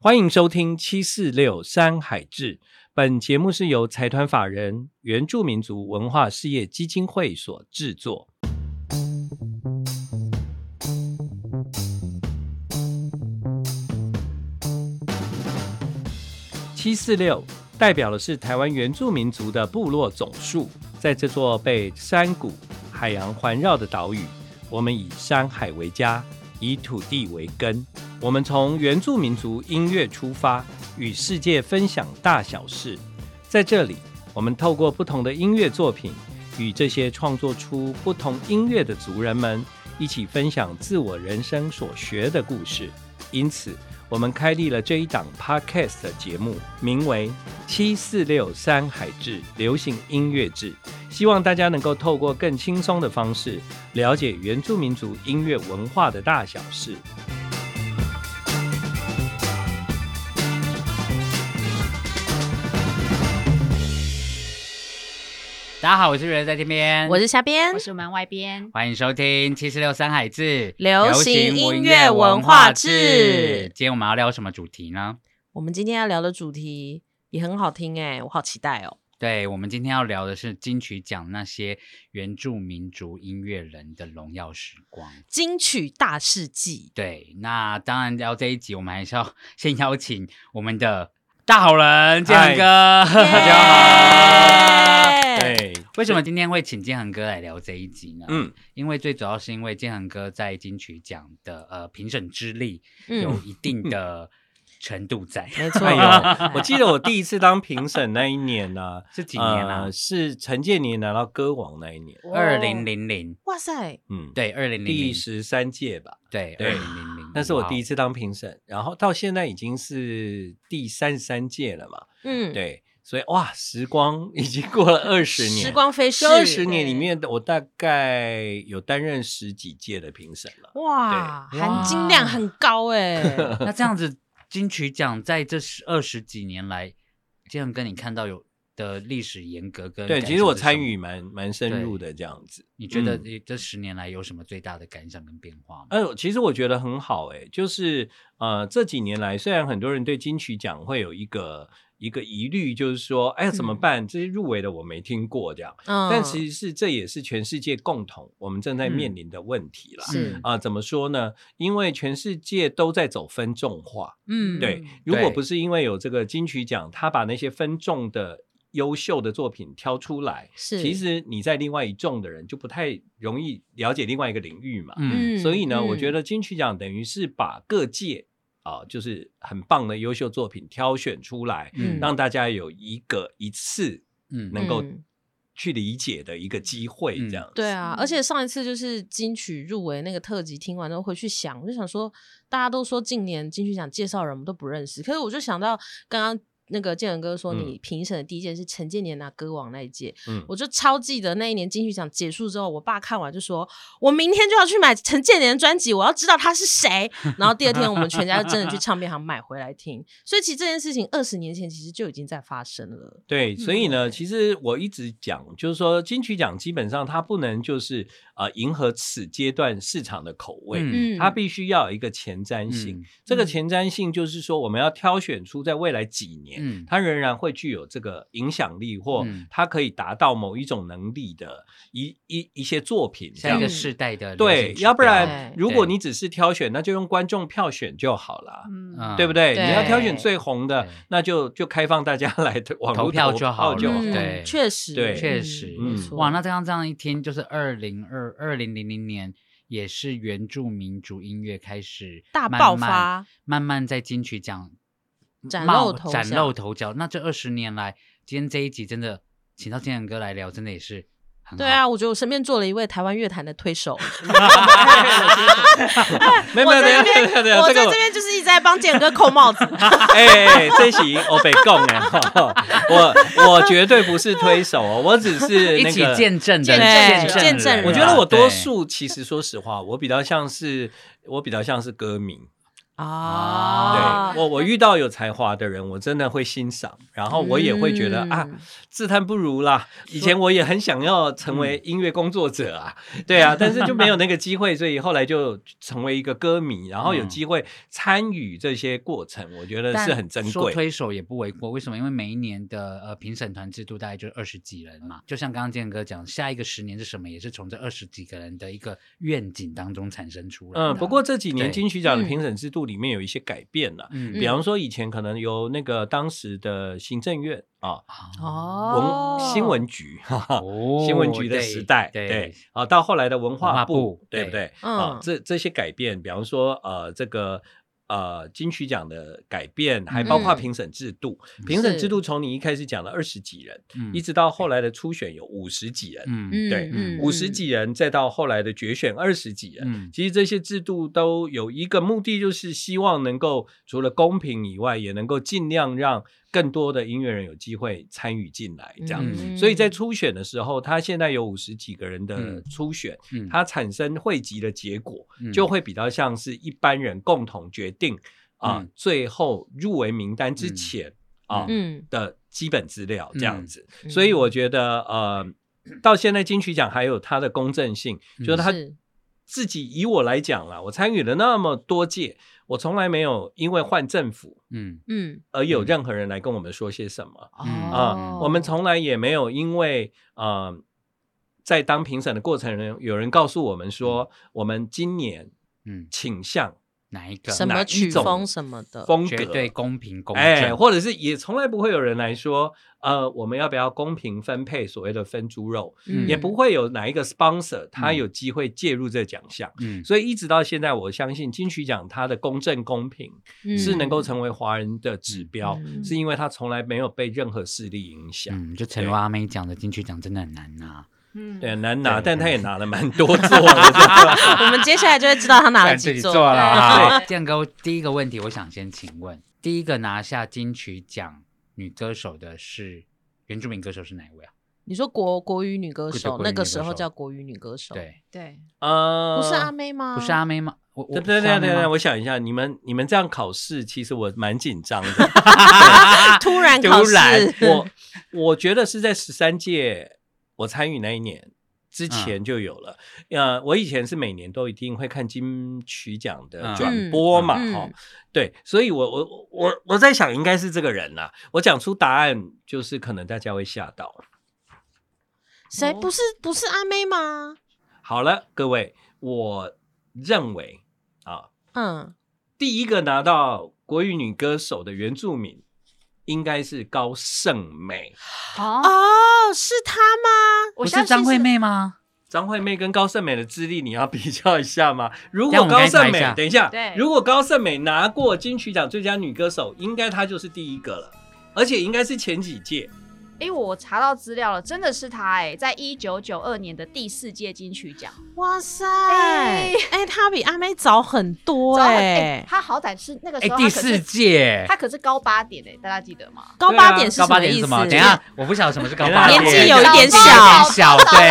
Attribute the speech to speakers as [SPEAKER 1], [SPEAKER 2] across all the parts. [SPEAKER 1] 欢迎收听七四六山海志。本节目是由财团法人原住民族文化事业基金会所制作。七四六代表的是台湾原住民族的部落总数，在这座被山谷、海洋环绕的岛屿，我们以山海为家，以土地为根。我们从原住民族音乐出发，与世界分享大小事。在这里，我们透过不同的音乐作品，与这些创作出不同音乐的族人们一起分享自我人生所学的故事。因此，我们开立了这一档 podcast 的节目，名为《七四六山海志流行音乐志》，希望大家能够透过更轻松的方式，了解原住民族音乐文化的大小事。
[SPEAKER 2] 大家好，我是人在这边，
[SPEAKER 3] 我是下边
[SPEAKER 2] 嗯
[SPEAKER 4] 我，是门外边。
[SPEAKER 2] 欢迎收听七十六山海志
[SPEAKER 3] 流行音乐文化志
[SPEAKER 2] 今天我们要聊什么主题呢？
[SPEAKER 3] 我们今天要聊的主题也很好听哎、我好期待哦。
[SPEAKER 2] 对，我们今天要聊的是金曲奖那些原住民族音乐人的荣耀时光。
[SPEAKER 3] 金曲大世纪，
[SPEAKER 2] 对，那当然聊这一集，我们还是要先邀请我们的大好人建恒哥。
[SPEAKER 1] 大家
[SPEAKER 3] 好
[SPEAKER 1] 对，
[SPEAKER 2] 为什么今天会请建恒哥来聊这一集呢？
[SPEAKER 1] 嗯，
[SPEAKER 2] 因为最主要是因为建恒哥在金曲奖的呃评审之力 有
[SPEAKER 3] 嗯，
[SPEAKER 2] 一定的程度在。
[SPEAKER 3] 没错，
[SPEAKER 1] 哎
[SPEAKER 3] 哎
[SPEAKER 1] 我记得我第一次当评审那一年呢、
[SPEAKER 2] 是 几年啊啦、
[SPEAKER 1] 呃是陈建年拿到歌王那一年，
[SPEAKER 2] 二
[SPEAKER 4] 哦
[SPEAKER 2] 零，零零，
[SPEAKER 3] 哇塞，
[SPEAKER 1] 嗯，，
[SPEAKER 2] 对，二零
[SPEAKER 1] 呃
[SPEAKER 2] 零
[SPEAKER 1] 第
[SPEAKER 2] 零，
[SPEAKER 1] 十三届吧，
[SPEAKER 2] 对，二
[SPEAKER 1] 对
[SPEAKER 2] 零零零，
[SPEAKER 1] 那是我第一
[SPEAKER 2] 次。
[SPEAKER 1] 次当评审，然后到现在已经是第三十三届了嘛，
[SPEAKER 3] 嗯，，
[SPEAKER 1] 对，所以哇，时光已经过了二十年，
[SPEAKER 3] 时光飞逝，
[SPEAKER 1] 这二十年里面，我大概有担任十几届的评审了。
[SPEAKER 3] 哇，
[SPEAKER 2] 对
[SPEAKER 3] 含金量很高 哎、
[SPEAKER 2] 哦那这样子，金曲奖在这十二十几年来，这样跟你看到有的历史严格跟
[SPEAKER 1] 对，
[SPEAKER 2] 感
[SPEAKER 1] 其实
[SPEAKER 2] 想
[SPEAKER 1] 我
[SPEAKER 2] 是
[SPEAKER 1] 参
[SPEAKER 2] 什么
[SPEAKER 1] 与，蛮蛮深入的这样子。
[SPEAKER 2] 你觉得
[SPEAKER 1] 嗯
[SPEAKER 2] 你这十年来有什么最大的感想跟变化吗？
[SPEAKER 1] 呃，其实我觉得很好诶、就是呃这几年来，虽然很多人对金曲奖会有一个一个疑虑，就是说，哎呀怎么
[SPEAKER 4] 嗯
[SPEAKER 1] 办？这些入围的我没听过这样，
[SPEAKER 3] 嗯
[SPEAKER 1] 但其实是这也是全世界共同我们正在面临的问题啦。
[SPEAKER 3] 是
[SPEAKER 2] 嗯
[SPEAKER 1] 啊、怎么说呢？因为全世界都在走分众化，
[SPEAKER 3] 嗯
[SPEAKER 1] 对，如果
[SPEAKER 2] 对
[SPEAKER 1] 不是因为有这个金曲奖，他把那些分众的优秀的作品挑出来，
[SPEAKER 3] 是，
[SPEAKER 1] 其实你在另外一众的人就不太容易了解另外一个领域嘛。
[SPEAKER 2] 嗯，
[SPEAKER 1] 所以呢，我觉
[SPEAKER 3] 得
[SPEAKER 1] 得金曲奖等于是把各界啊、就是很棒的优秀作品挑选出来，
[SPEAKER 2] 嗯
[SPEAKER 1] 让大家有一个一次
[SPEAKER 2] 嗯
[SPEAKER 1] 能够
[SPEAKER 3] 嗯
[SPEAKER 1] 去理解的一个机会，
[SPEAKER 2] 嗯
[SPEAKER 1] 这样子。
[SPEAKER 3] 对啊，
[SPEAKER 4] 嗯
[SPEAKER 3] 而且上一次就是金曲入围那个特辑，听完之后回去想，我就想说，大家都说近年金曲奖介绍人我们都不认识，可是我就想到刚刚那个建仁哥说，
[SPEAKER 1] 嗯
[SPEAKER 3] 你评审的第一届是陈建年拿歌王那一届，
[SPEAKER 1] 嗯，
[SPEAKER 3] 我就超记得那一年金曲奖结束之后，我爸看完就说，我明天就要去买陈建年的专辑，我要知道他是 谁。然后第二天我们全家就真的去唱片行买回来听，所以其实这件事情二十年前其实就已经在发生了。
[SPEAKER 1] 对，所以呢，
[SPEAKER 3] 嗯
[SPEAKER 1] 其实我一直讲，就是说金曲奖基本上它不能就是呃迎合此阶段市场的口味，
[SPEAKER 2] 嗯
[SPEAKER 1] 它必须要有一个前瞻性。
[SPEAKER 2] 嗯
[SPEAKER 1] 这个
[SPEAKER 3] 嗯
[SPEAKER 1] 前瞻性就是说，我们要挑选出在未来几年，
[SPEAKER 2] 嗯
[SPEAKER 1] 它仍然会具有这个影响力，或
[SPEAKER 2] 嗯
[SPEAKER 1] 它可以达到某一种能力的一一一些作品这
[SPEAKER 2] 下
[SPEAKER 1] 样
[SPEAKER 2] 一个
[SPEAKER 1] 子。
[SPEAKER 2] 世代的流行
[SPEAKER 1] 对，
[SPEAKER 2] 指
[SPEAKER 1] 要不
[SPEAKER 2] 标
[SPEAKER 1] 然
[SPEAKER 3] 对
[SPEAKER 1] 如果
[SPEAKER 2] 对
[SPEAKER 1] 你只是挑选，那就用观众票选就好啦。
[SPEAKER 4] 嗯
[SPEAKER 2] 嗯
[SPEAKER 1] 对不对？
[SPEAKER 3] 对
[SPEAKER 1] 你要挑选最红的
[SPEAKER 2] 对，
[SPEAKER 1] 那就就开放大家来网络
[SPEAKER 2] 投票就好了
[SPEAKER 1] 就
[SPEAKER 2] 嗯对
[SPEAKER 3] 确实，
[SPEAKER 1] 对
[SPEAKER 2] 确
[SPEAKER 3] 嗯
[SPEAKER 2] 实
[SPEAKER 3] 没
[SPEAKER 1] 嗯
[SPEAKER 3] 错
[SPEAKER 2] 哇，那这样这样一听，就是二零二二零零零年，也是原住民族音乐开始
[SPEAKER 3] 大
[SPEAKER 2] 慢
[SPEAKER 3] 爆
[SPEAKER 2] 慢
[SPEAKER 3] 发，
[SPEAKER 2] 慢慢在金曲奖
[SPEAKER 3] 崭
[SPEAKER 2] 冒
[SPEAKER 3] 露头
[SPEAKER 2] 崭
[SPEAKER 3] 角
[SPEAKER 2] 露头角。那这二十年来，今天这一集真的请到建阳哥来聊，真的也是
[SPEAKER 1] 嗯
[SPEAKER 2] 很好
[SPEAKER 3] 对啊，，我觉得我身边坐了一位台湾乐坛的推手，
[SPEAKER 1] 没有没
[SPEAKER 3] 我
[SPEAKER 1] 有没
[SPEAKER 3] 在
[SPEAKER 1] 有
[SPEAKER 3] 这
[SPEAKER 1] 没有没
[SPEAKER 3] 边，
[SPEAKER 1] 有，
[SPEAKER 3] 我
[SPEAKER 1] 这
[SPEAKER 3] 在
[SPEAKER 1] 个
[SPEAKER 3] 这边就是一直在帮建哥 扣帽子。
[SPEAKER 1] 哎哎，哎这是我被供哎， 我我绝对不是推手哦，我只是
[SPEAKER 2] 一
[SPEAKER 1] 那
[SPEAKER 2] 起
[SPEAKER 1] 个。
[SPEAKER 2] 见证的
[SPEAKER 3] 见证
[SPEAKER 2] 人啊
[SPEAKER 3] 见证人
[SPEAKER 1] 我觉得我多
[SPEAKER 2] 对
[SPEAKER 1] 数其实说实话，我比较像是我比较像是歌迷，
[SPEAKER 3] 啊，
[SPEAKER 1] 对我，我遇到有才华的人，我真的会欣赏，然后我也会觉得、啊，
[SPEAKER 3] 嗯
[SPEAKER 1] 自叹不如啦。以前我也很想要成
[SPEAKER 2] 嗯
[SPEAKER 1] 为音乐工作者啊，对啊，但是就没有那个机会，所以后来就成为一个歌迷，然后有
[SPEAKER 2] 嗯
[SPEAKER 1] 机会参与这些过程，我觉得
[SPEAKER 2] 但
[SPEAKER 1] 是很珍
[SPEAKER 2] 说
[SPEAKER 1] 贵。
[SPEAKER 2] 推手也不为过，为什么？因为每一年的呃评审团制度大概就是二十几人嘛，就像刚刚建哥讲，下一个十年是什么，也是从这二十几个人的一个愿景当中产生出来的。
[SPEAKER 1] 嗯，不过这几年
[SPEAKER 2] 对
[SPEAKER 1] 金曲奖的
[SPEAKER 3] 嗯
[SPEAKER 1] 评审制度里面有一些改变了，
[SPEAKER 2] 嗯
[SPEAKER 1] 比方说以前可能由那个当时的行政院啊。
[SPEAKER 3] 哦
[SPEAKER 1] 文，新闻局，哈哈，
[SPEAKER 2] 哦
[SPEAKER 1] 新闻局的时代，
[SPEAKER 2] 对
[SPEAKER 1] 对
[SPEAKER 2] 对
[SPEAKER 1] 啊，到后来的文
[SPEAKER 2] 文
[SPEAKER 1] 化
[SPEAKER 2] 化
[SPEAKER 1] 部
[SPEAKER 2] 部，
[SPEAKER 1] 对不对？
[SPEAKER 3] 对
[SPEAKER 1] 啊
[SPEAKER 3] 嗯，
[SPEAKER 1] 这这些改变，比方说呃，这个呃金曲奖的改变，还包括
[SPEAKER 3] 嗯
[SPEAKER 1] 评审制度。评审
[SPEAKER 3] 是
[SPEAKER 1] 制度从你一开始讲的二十几人，
[SPEAKER 2] 嗯
[SPEAKER 1] 一直到后来的初选有五十几人，
[SPEAKER 2] 嗯
[SPEAKER 3] 嗯
[SPEAKER 1] 对
[SPEAKER 3] 嗯
[SPEAKER 1] 五十几人，再到后来的决选二十几人，
[SPEAKER 2] 嗯
[SPEAKER 1] 其实这些制度都有一个目的，就是希望能够除了公平以外，也能够尽量让更多的音乐人有机会参与进来，这样。
[SPEAKER 2] 嗯
[SPEAKER 1] 所以在初选的时候，他现在有五十几个人的
[SPEAKER 2] 嗯
[SPEAKER 1] 初选，
[SPEAKER 2] 嗯
[SPEAKER 1] 它产生汇集的结果，
[SPEAKER 2] 嗯
[SPEAKER 1] 就会比较像是一般人共同决定啊、
[SPEAKER 2] 嗯
[SPEAKER 1] 最后入围名单之前、啊、
[SPEAKER 3] 嗯
[SPEAKER 1] 的基本资料这样子。
[SPEAKER 3] 嗯
[SPEAKER 1] 所以我觉得呃，到现在金曲奖还有它的公正性，
[SPEAKER 2] 嗯
[SPEAKER 1] 就是它
[SPEAKER 3] 是
[SPEAKER 1] 自己以我来讲啦，我参与了那么多届，我从来没有因为换政府
[SPEAKER 2] 嗯
[SPEAKER 3] 嗯
[SPEAKER 1] 而有
[SPEAKER 2] 嗯
[SPEAKER 1] 任何人来跟我们说些什么。
[SPEAKER 2] 嗯
[SPEAKER 1] 啊、
[SPEAKER 3] 哦
[SPEAKER 1] 我们从来也没有因为呃，在当评审的过程中，有人告诉我们说，我们今年
[SPEAKER 2] 嗯，
[SPEAKER 1] 倾向
[SPEAKER 2] 哪一个
[SPEAKER 3] 什
[SPEAKER 1] 哪
[SPEAKER 3] 么
[SPEAKER 1] 一
[SPEAKER 3] 曲
[SPEAKER 1] 种
[SPEAKER 3] 风什么的，
[SPEAKER 1] 风格，
[SPEAKER 2] 绝对公平公
[SPEAKER 1] 哎，
[SPEAKER 2] 正？
[SPEAKER 1] 或者是也从来不会有人来说，呃，我们要不要公平分配所谓的分猪肉，
[SPEAKER 2] 嗯
[SPEAKER 1] 也不会有哪一个 sponsor 他
[SPEAKER 2] 嗯
[SPEAKER 1] 有机会介入这奖项。
[SPEAKER 2] 嗯
[SPEAKER 1] 所以一直到现在，我相信金曲奖它的公正公平
[SPEAKER 2] 嗯
[SPEAKER 1] 是能够成为华人的指标，
[SPEAKER 3] 嗯
[SPEAKER 1] 是因为它从来没有被任何势力影响。
[SPEAKER 2] 嗯，就陈如阿妹讲的金曲奖真的很难呐。
[SPEAKER 4] 嗯
[SPEAKER 1] 对，，难拿，
[SPEAKER 2] 对
[SPEAKER 1] 但他也拿了蛮 多座的。
[SPEAKER 3] 我们接下来就会知道他拿了
[SPEAKER 2] 看自
[SPEAKER 3] 几
[SPEAKER 2] 己
[SPEAKER 1] 哎
[SPEAKER 3] 座。
[SPEAKER 2] 做了啊。
[SPEAKER 3] 对
[SPEAKER 2] 建哥，第一个问题，我想先请问，第一个拿下金曲奖女歌手的是原住民歌手是哪一位啊？
[SPEAKER 3] 你说国国语女歌
[SPEAKER 2] 对
[SPEAKER 3] 手，
[SPEAKER 2] 国语
[SPEAKER 3] 那个
[SPEAKER 2] 女歌
[SPEAKER 3] 时候
[SPEAKER 2] 手
[SPEAKER 3] 叫国语女歌
[SPEAKER 1] 哦
[SPEAKER 3] 手，，
[SPEAKER 2] 对，
[SPEAKER 4] 对，
[SPEAKER 1] 呃
[SPEAKER 3] 不是啊阿。妹吗？
[SPEAKER 2] 不是 阿妹吗？我我
[SPEAKER 1] 对对
[SPEAKER 2] 是阿
[SPEAKER 1] 对
[SPEAKER 2] 妹
[SPEAKER 1] 对
[SPEAKER 2] 吗
[SPEAKER 1] 对，我想一下，你们你们这样考试，其实我蛮紧张 的。
[SPEAKER 3] 突然考
[SPEAKER 1] 突然
[SPEAKER 3] 试，，
[SPEAKER 1] 我我觉得是在十三届我参与那一年之前就有了。呃，我以前是每年都一定会看金曲奖的
[SPEAKER 2] 嗯
[SPEAKER 1] 转播嘛，
[SPEAKER 3] 嗯嗯
[SPEAKER 1] 哈、对，所以我我我我在想，应该是这个人呐、我讲出答案，就是可能大家会吓到。
[SPEAKER 3] 谁不是不是阿妹吗？
[SPEAKER 1] 好了，各位，我认为啊，
[SPEAKER 3] 嗯，
[SPEAKER 1] 第一个拿到国语女歌手的原住民应该是高胜美。
[SPEAKER 4] 哦，
[SPEAKER 3] 哦，是她吗？
[SPEAKER 4] 我
[SPEAKER 2] 不
[SPEAKER 4] 相
[SPEAKER 2] 是
[SPEAKER 4] 信
[SPEAKER 2] 张惠，妹吗？
[SPEAKER 1] 张惠妹跟高胜美的资历，你要比较一下吗？如果
[SPEAKER 2] 让我们
[SPEAKER 1] 高
[SPEAKER 2] 来查
[SPEAKER 1] 胜
[SPEAKER 2] 一
[SPEAKER 1] 美
[SPEAKER 2] 下，
[SPEAKER 1] 等一下
[SPEAKER 4] 对，
[SPEAKER 1] 如果高胜美拿过金曲奖最佳女歌手，应该她就是第一个了，而且应该是前几届。
[SPEAKER 4] 哎，我查到资料了，真的是她哎，在一九九二年的第四届金曲奖，
[SPEAKER 3] 哇塞，
[SPEAKER 4] 哎
[SPEAKER 3] 哎，她比阿妹早很多
[SPEAKER 4] 早很
[SPEAKER 3] 哎，
[SPEAKER 4] 她好歹是那个
[SPEAKER 2] 哎
[SPEAKER 4] 时，候
[SPEAKER 2] 第
[SPEAKER 4] 她可是
[SPEAKER 2] 四，届
[SPEAKER 4] 她可是高八点哎，大家记得吗？
[SPEAKER 3] 高
[SPEAKER 1] 对
[SPEAKER 3] 八
[SPEAKER 1] 啊
[SPEAKER 3] 点是
[SPEAKER 2] 高八
[SPEAKER 3] 么
[SPEAKER 2] 点
[SPEAKER 3] 意
[SPEAKER 2] 是
[SPEAKER 3] 思？
[SPEAKER 2] 什么？等一下，我不晓得什么是高八
[SPEAKER 1] 年
[SPEAKER 2] 点，
[SPEAKER 1] 纪有一
[SPEAKER 3] 点小
[SPEAKER 2] 小对。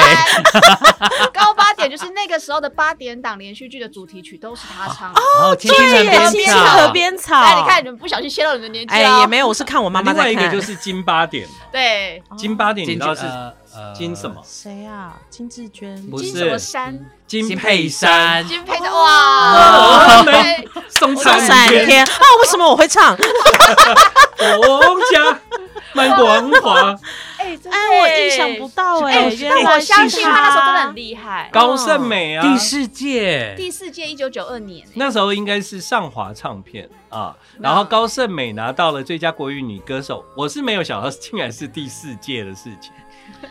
[SPEAKER 4] 高八点就是那个时候的八点档连续剧的主题曲都是她唱的。
[SPEAKER 2] 哦，亲亲
[SPEAKER 3] 对
[SPEAKER 2] 河
[SPEAKER 3] 耶，
[SPEAKER 2] 边
[SPEAKER 3] 青青
[SPEAKER 2] 草
[SPEAKER 3] 河边草，
[SPEAKER 4] 哎，你看你哦们不小心泄露你的年纪
[SPEAKER 3] 哎，
[SPEAKER 4] 了。
[SPEAKER 3] 也没有，我是看我妈妈
[SPEAKER 1] 另外
[SPEAKER 3] 在
[SPEAKER 1] 一个
[SPEAKER 3] 看
[SPEAKER 1] 就。是金八点嘛，
[SPEAKER 4] 对，
[SPEAKER 3] 哦
[SPEAKER 1] 金八点你
[SPEAKER 2] 金
[SPEAKER 1] 知
[SPEAKER 2] 曲
[SPEAKER 1] 道是
[SPEAKER 2] 呃呃
[SPEAKER 1] 金什么？
[SPEAKER 3] 谁啊？金志娟，
[SPEAKER 1] 不
[SPEAKER 4] 金
[SPEAKER 1] 是
[SPEAKER 4] 什么山，
[SPEAKER 1] 金
[SPEAKER 2] 金
[SPEAKER 1] 佩
[SPEAKER 2] 佩
[SPEAKER 1] 珊
[SPEAKER 2] 珊。
[SPEAKER 4] 金佩珊，哇，
[SPEAKER 1] 哦没
[SPEAKER 4] 对
[SPEAKER 1] 送
[SPEAKER 3] 上
[SPEAKER 1] 上
[SPEAKER 3] 三天啊？为什么我会唱？
[SPEAKER 1] 王家满广华，
[SPEAKER 4] 哎，真的
[SPEAKER 3] 哎，我
[SPEAKER 4] 耶
[SPEAKER 3] 意想不。到哎，
[SPEAKER 4] 哎，
[SPEAKER 3] 原
[SPEAKER 4] 但
[SPEAKER 3] 来
[SPEAKER 4] 我相信
[SPEAKER 3] 是
[SPEAKER 4] 他那时候真的很厉害。
[SPEAKER 1] 高胜美啊，
[SPEAKER 2] 第四届，
[SPEAKER 4] 第四届一九九二年，
[SPEAKER 1] 那时候应该是上华唱片啊，然后高胜美拿到了最佳国语女歌手，我是没有想到竟然是第四届的事情，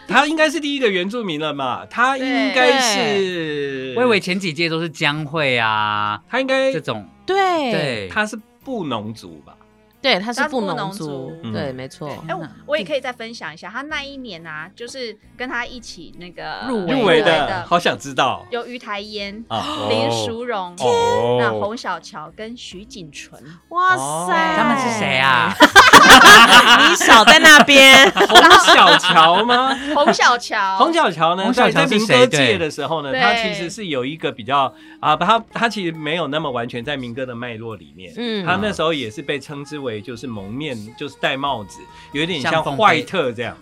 [SPEAKER 1] 她应该是第一个原住民了嘛，她应该是，
[SPEAKER 2] 我以为前几届都是江蕙啊
[SPEAKER 1] 她应该
[SPEAKER 2] 这种，
[SPEAKER 3] 对
[SPEAKER 2] 对，
[SPEAKER 1] 她是布农族吧，
[SPEAKER 3] 对，他是
[SPEAKER 4] 他是
[SPEAKER 3] 布
[SPEAKER 4] 布
[SPEAKER 3] 农
[SPEAKER 4] 农
[SPEAKER 3] 族
[SPEAKER 4] 族，
[SPEAKER 3] 对，
[SPEAKER 1] 嗯
[SPEAKER 3] 没错。
[SPEAKER 4] 哎、我我也可以再分享一下，他那一年啊，就是跟他一起那个
[SPEAKER 3] 入围
[SPEAKER 1] 入围的，好想知道
[SPEAKER 4] 有于台烟、
[SPEAKER 1] 啊，
[SPEAKER 4] 林淑荣、那
[SPEAKER 2] 哦，
[SPEAKER 4] 洪小乔跟徐锦纯。
[SPEAKER 3] 哇
[SPEAKER 1] 哦
[SPEAKER 3] 塞，
[SPEAKER 2] 他们是谁？啊？
[SPEAKER 3] 你少在那边。
[SPEAKER 1] 洪小乔 吗？
[SPEAKER 4] 洪小乔，
[SPEAKER 1] 洪小乔呢，
[SPEAKER 2] 洪
[SPEAKER 1] 在
[SPEAKER 2] 小
[SPEAKER 1] 在
[SPEAKER 2] 乔是
[SPEAKER 1] 民
[SPEAKER 2] 谁
[SPEAKER 1] 歌
[SPEAKER 2] 对
[SPEAKER 1] 界的时候呢，
[SPEAKER 4] 对
[SPEAKER 1] 他其实是有一个比较啊，他他其实没有那么完全在民歌的脉络里面。
[SPEAKER 3] 嗯，
[SPEAKER 1] 他那时候也是被称之为就是蒙面，就是戴帽子，有一点像
[SPEAKER 2] 像凤飞
[SPEAKER 1] 坏特这样。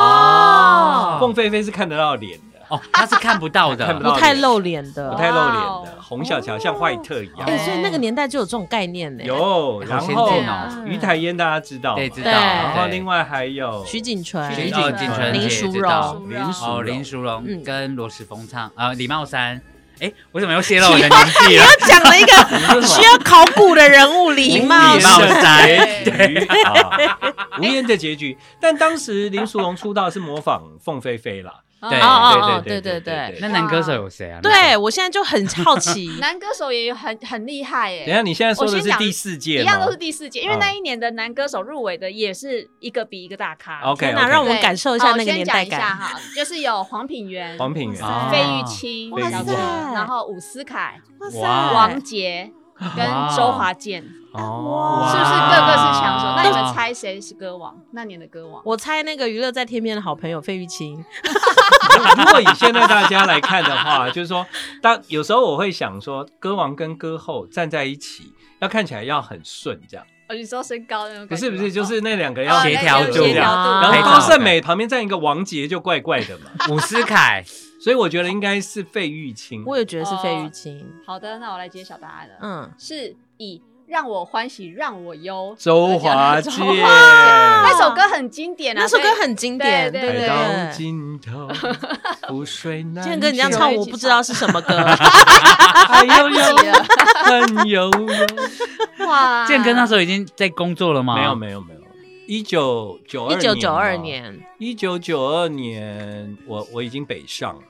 [SPEAKER 3] 哦，
[SPEAKER 1] 凤飞飞是看得到脸的，
[SPEAKER 2] 哦，他是看不到的，
[SPEAKER 1] 看不
[SPEAKER 3] 不
[SPEAKER 1] 到
[SPEAKER 3] 太露脸的
[SPEAKER 1] 不。太露脸
[SPEAKER 4] 哇哦
[SPEAKER 1] 的。洪小乔像坏特一样。
[SPEAKER 3] 哎，所以那个年代就有这种概念呢。
[SPEAKER 1] 有，
[SPEAKER 2] 哎
[SPEAKER 1] 然
[SPEAKER 2] 好先
[SPEAKER 1] 后
[SPEAKER 2] 进
[SPEAKER 4] 哦
[SPEAKER 1] 于台烟大家知道嘛，
[SPEAKER 2] 对，知道。
[SPEAKER 3] 对
[SPEAKER 1] 然后
[SPEAKER 2] 对
[SPEAKER 1] 另外还有
[SPEAKER 3] 徐锦纯、
[SPEAKER 4] 徐
[SPEAKER 1] 景
[SPEAKER 2] 哦
[SPEAKER 1] 纯
[SPEAKER 2] 景纯
[SPEAKER 3] 林
[SPEAKER 2] 也
[SPEAKER 3] 淑
[SPEAKER 2] 知
[SPEAKER 3] 柔
[SPEAKER 2] 道
[SPEAKER 4] 淑，
[SPEAKER 1] 林淑
[SPEAKER 2] 哦，
[SPEAKER 1] 柔
[SPEAKER 2] 林淑
[SPEAKER 3] 嗯
[SPEAKER 2] 荣跟罗时峰唱，呃，李茂山，哎，我怎么又泄露我的年纪了？
[SPEAKER 3] 讲了一个
[SPEAKER 1] 你 是什
[SPEAKER 3] 需
[SPEAKER 1] 么
[SPEAKER 3] 要考古的人物礼貌
[SPEAKER 2] 礼貌
[SPEAKER 1] 的
[SPEAKER 2] 山
[SPEAKER 1] 结局，啊无言的结局。但当时林淑荣出道是模仿凤飞飞啦，
[SPEAKER 2] 对
[SPEAKER 3] 哦哦哦
[SPEAKER 1] 对
[SPEAKER 3] 对对
[SPEAKER 1] 对
[SPEAKER 2] 那男歌手有谁啊？
[SPEAKER 3] 对我现在就很好奇
[SPEAKER 4] 男歌手也很很厉害耶。
[SPEAKER 1] 等一下，你现在说的
[SPEAKER 4] 我
[SPEAKER 1] 是
[SPEAKER 4] 先讲
[SPEAKER 1] 第四届
[SPEAKER 4] 一
[SPEAKER 1] 吗
[SPEAKER 4] 样都是第四届，因为
[SPEAKER 1] 啊
[SPEAKER 4] 那一年的男歌手入围的也是一个比一个大咖。
[SPEAKER 1] ？OK，
[SPEAKER 3] 天哪，让我们
[SPEAKER 4] 对
[SPEAKER 3] 感受一下
[SPEAKER 4] 哦
[SPEAKER 3] 那个年代
[SPEAKER 4] 先
[SPEAKER 3] 感
[SPEAKER 4] 讲一。下哈，就是有黄品源、
[SPEAKER 1] 黄品源
[SPEAKER 2] 啊
[SPEAKER 4] 费玉清，
[SPEAKER 1] 费玉清
[SPEAKER 4] 然后伍思凯、
[SPEAKER 3] 哇塞
[SPEAKER 2] 哇
[SPEAKER 4] 王杰跟周华健，是
[SPEAKER 1] 哦
[SPEAKER 4] 不是
[SPEAKER 2] 哇
[SPEAKER 4] 个个是强手？那你们猜谁是歌王？那年的歌王？
[SPEAKER 3] 我猜那个娱乐在天边的好朋友费玉清，
[SPEAKER 1] 如果以现在大家来看的话，就是说，当有时候我会想说，歌王跟歌后站在一起，要看起来要很顺，这样
[SPEAKER 4] 哦，你说身高那种感觉？
[SPEAKER 1] 不是不是，就
[SPEAKER 4] 哦
[SPEAKER 1] 是那两个要
[SPEAKER 4] 哦
[SPEAKER 2] 协调
[SPEAKER 4] 那个
[SPEAKER 1] 就
[SPEAKER 4] 协
[SPEAKER 1] 这
[SPEAKER 4] 调
[SPEAKER 1] 样。
[SPEAKER 4] 度
[SPEAKER 1] 然
[SPEAKER 2] 配
[SPEAKER 1] 后
[SPEAKER 2] 照
[SPEAKER 1] 高胜美旁边站一个王杰，就怪怪 的嘛。
[SPEAKER 2] 哦伍思凯，
[SPEAKER 1] 所以我觉得应该是费玉清。
[SPEAKER 3] 我也觉得是费玉清。
[SPEAKER 4] 好的，那我来揭晓答案了。
[SPEAKER 3] 嗯，
[SPEAKER 4] 是以让我欢喜让我忧，
[SPEAKER 1] 周华健
[SPEAKER 4] 周华健那首歌很经典啊，
[SPEAKER 3] 那首歌
[SPEAKER 4] 所以
[SPEAKER 3] 很经典，
[SPEAKER 4] 对
[SPEAKER 3] 对
[SPEAKER 1] 海
[SPEAKER 4] 对
[SPEAKER 3] 对
[SPEAKER 1] 到
[SPEAKER 3] 对。
[SPEAKER 1] 尽头，覆水 难
[SPEAKER 3] 建哥，你这样唱，我不知道是什么歌。
[SPEAKER 1] 哎呦
[SPEAKER 4] 不
[SPEAKER 1] 呦
[SPEAKER 4] 及，了
[SPEAKER 1] 很悠悠。
[SPEAKER 4] 哇，
[SPEAKER 2] 健哥那时候已经在工作了 吗？
[SPEAKER 1] 没有没有没有，一九九 二
[SPEAKER 3] 一九九二，年，
[SPEAKER 1] 一九九二年，我我已经北上了，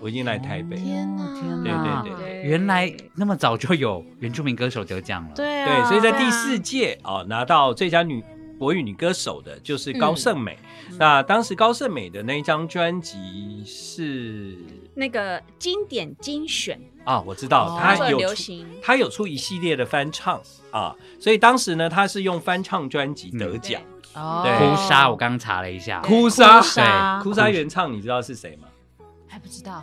[SPEAKER 1] 我已经来台北了。
[SPEAKER 3] 天哪
[SPEAKER 4] 嗯
[SPEAKER 2] 天
[SPEAKER 1] 对
[SPEAKER 2] 哪！
[SPEAKER 1] 对对
[SPEAKER 2] 原来那么早就有原住民歌手得奖了。，
[SPEAKER 3] 对
[SPEAKER 1] 对，
[SPEAKER 3] 啊，
[SPEAKER 1] 所以在第四届哦拿到最佳女国语女歌手的就是高胜美。
[SPEAKER 4] 嗯
[SPEAKER 1] 那当时高胜美的那一张专辑是
[SPEAKER 4] 那个经典精选，
[SPEAKER 1] 啊、我知道
[SPEAKER 3] 哦
[SPEAKER 1] 她
[SPEAKER 4] 做
[SPEAKER 1] 有
[SPEAKER 4] 流
[SPEAKER 1] 出
[SPEAKER 4] 行
[SPEAKER 1] 他有出一系列的翻唱啊，所以当时呢，他是用翻唱专辑得奖。对
[SPEAKER 2] 哭
[SPEAKER 3] 哦
[SPEAKER 2] 砂我刚查了一下，
[SPEAKER 4] 哭
[SPEAKER 1] 砂
[SPEAKER 3] 哭砂
[SPEAKER 1] 对，哭砂原唱你知道是谁吗？
[SPEAKER 4] 还不知道，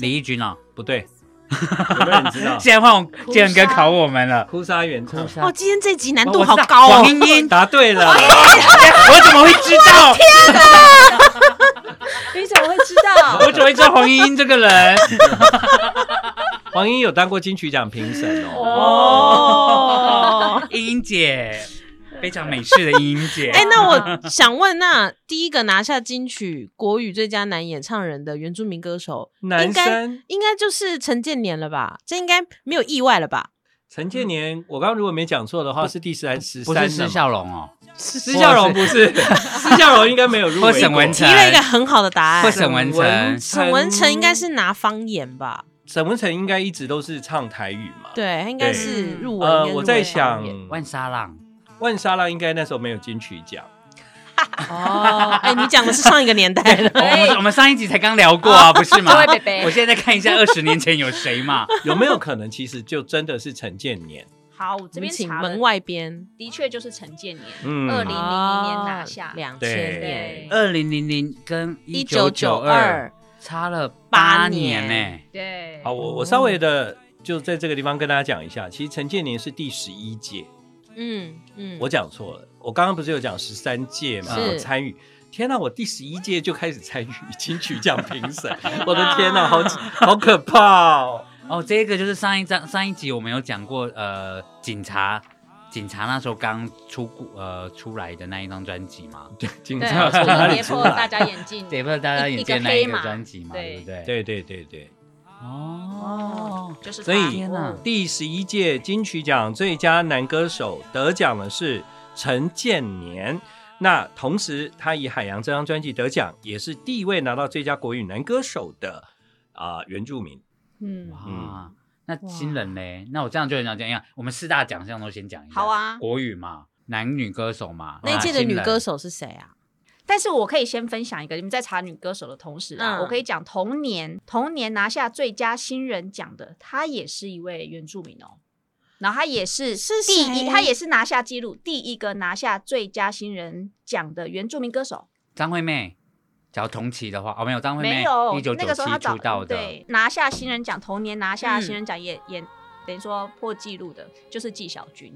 [SPEAKER 2] 李翊君啊，
[SPEAKER 1] 不对， 有 没有人知道？
[SPEAKER 2] 现在换我
[SPEAKER 4] 砂
[SPEAKER 2] 健哥考我们了。
[SPEAKER 1] 哦哭砂原唱，
[SPEAKER 2] 砂
[SPEAKER 3] 哇，哦今天这集难
[SPEAKER 2] 啊
[SPEAKER 3] 度
[SPEAKER 2] 我
[SPEAKER 3] 好
[SPEAKER 2] 知道
[SPEAKER 3] 高哦
[SPEAKER 2] 黄。莺莺，
[SPEAKER 1] 答对了，
[SPEAKER 2] 我怎么会知道？
[SPEAKER 4] 你怎么会知 道？
[SPEAKER 2] 我怎么会知道黄莺莺这个人？
[SPEAKER 1] 黄英有当过金曲奖评审哦。
[SPEAKER 3] 哦，
[SPEAKER 2] 莺莺姐，非常美式的莺莺姐。
[SPEAKER 3] 哎、那我想问，那第一个拿下金曲国语最佳男演唱人的原住民歌手，
[SPEAKER 1] 男
[SPEAKER 3] 应该
[SPEAKER 1] 生
[SPEAKER 3] 应该就是陈建年了吧？这应该没有意外了吧？
[SPEAKER 1] 陈建年，我刚刚如果没讲错的话，是第十三十
[SPEAKER 2] 不
[SPEAKER 1] 三
[SPEAKER 2] 是施笑容哦，
[SPEAKER 1] 施笑容不是施笑容应该没有入围过。
[SPEAKER 2] 或沈文
[SPEAKER 3] 提
[SPEAKER 2] 成
[SPEAKER 3] 了一个很好的答
[SPEAKER 2] 或
[SPEAKER 3] 案。
[SPEAKER 2] 沈文成
[SPEAKER 3] 沈文成应该是拿方言吧？
[SPEAKER 1] 沈文成应该一直都是唱台语嘛。，
[SPEAKER 3] 对，他应该是入围。
[SPEAKER 1] 呃，
[SPEAKER 3] 应该是入围
[SPEAKER 1] 我在想
[SPEAKER 3] 方言
[SPEAKER 2] 万沙浪。。
[SPEAKER 1] 万沙浪应该那时候没有金曲奖。
[SPEAKER 3] 哦，哎、你讲的是上一个年代的
[SPEAKER 2] 哦我们我们上一集才刚聊过啊，不是吗？
[SPEAKER 4] 各位伯伯
[SPEAKER 2] 我现在再看一下二十年前有谁嘛？
[SPEAKER 1] 有没有可能其实就真的是陈建年？
[SPEAKER 4] 好，我这
[SPEAKER 3] 我
[SPEAKER 4] 边
[SPEAKER 3] 们请
[SPEAKER 4] 查了
[SPEAKER 3] 门外边
[SPEAKER 4] 的确就是陈建年，
[SPEAKER 1] 嗯
[SPEAKER 4] 二零零零年拿下，
[SPEAKER 3] 哦两
[SPEAKER 1] 对
[SPEAKER 3] 千
[SPEAKER 4] 嗯
[SPEAKER 3] 年，
[SPEAKER 2] 二零零零跟一
[SPEAKER 3] 一
[SPEAKER 2] 九九
[SPEAKER 3] 九九
[SPEAKER 2] 二
[SPEAKER 3] 二
[SPEAKER 2] 差了八
[SPEAKER 3] 八
[SPEAKER 2] 年欸
[SPEAKER 3] 年
[SPEAKER 2] 呢、
[SPEAKER 4] 对，
[SPEAKER 1] 好，我我稍微的就在这个地方跟大家讲一下，其实陈建年是第十一届，
[SPEAKER 3] 嗯嗯，
[SPEAKER 1] 我讲错了，我刚刚不是有讲十三届嘛，
[SPEAKER 3] 是
[SPEAKER 1] 我参与。天呐、我第十一届就开始参与金曲奖评审，我的天呐、好好可怕哦！
[SPEAKER 2] 哦，这个就是上一章上一集我们有讲过，呃，警察警察那时候刚出故呃出来的那一张专辑嘛，
[SPEAKER 1] 对，警
[SPEAKER 4] 对，
[SPEAKER 1] 察从哪
[SPEAKER 4] 就是
[SPEAKER 1] 里
[SPEAKER 4] 跌
[SPEAKER 1] 出
[SPEAKER 4] 破大
[SPEAKER 1] 来？
[SPEAKER 4] 家眼镜，
[SPEAKER 2] 对，不是大家
[SPEAKER 4] 一
[SPEAKER 2] 眼
[SPEAKER 4] 一
[SPEAKER 2] 见
[SPEAKER 4] 个
[SPEAKER 2] 那一
[SPEAKER 4] 黑
[SPEAKER 2] 个
[SPEAKER 4] 马
[SPEAKER 2] 专辑嘛，对不对？
[SPEAKER 1] 对对对对，
[SPEAKER 2] 哦，
[SPEAKER 4] 就是他
[SPEAKER 1] 所以
[SPEAKER 2] 天哪
[SPEAKER 1] 第十一届金曲奖最佳男歌手得奖的是陈建年。那同时，他以《海洋》这张专辑得奖，也是第一位拿到最佳国语男歌手的啊、原住民。
[SPEAKER 4] 嗯，
[SPEAKER 2] 哇
[SPEAKER 1] 嗯，
[SPEAKER 2] 那新人嘞？那我这样就很想讲，因为我们四大奖项都先讲一下。
[SPEAKER 4] 好啊
[SPEAKER 2] 国语嘛，男女歌手嘛，啊
[SPEAKER 3] 那一届的女歌手是谁啊？
[SPEAKER 4] 但是我可以先分享一个，你们在查女歌手的同时啊，
[SPEAKER 3] 嗯
[SPEAKER 4] 我可以讲同年同年拿下最佳新人奖的，她也是一位原住民哦。然后他也是
[SPEAKER 3] 是
[SPEAKER 4] 第
[SPEAKER 3] 谁
[SPEAKER 4] 一，他也是拿下纪录第一个拿下最佳新人奖的原住民歌手。
[SPEAKER 2] 张惠妹，假如同期的话，哦，没有张惠
[SPEAKER 4] 没
[SPEAKER 2] 妹，
[SPEAKER 4] 有
[SPEAKER 2] 一九，
[SPEAKER 4] 那
[SPEAKER 2] 九
[SPEAKER 4] 个时候他
[SPEAKER 2] 七
[SPEAKER 4] 早嗯
[SPEAKER 2] 出道的，
[SPEAKER 4] 对拿下新人奖，同年拿下
[SPEAKER 3] 嗯
[SPEAKER 4] 新人奖也、也等于说破纪录的，就是纪晓君，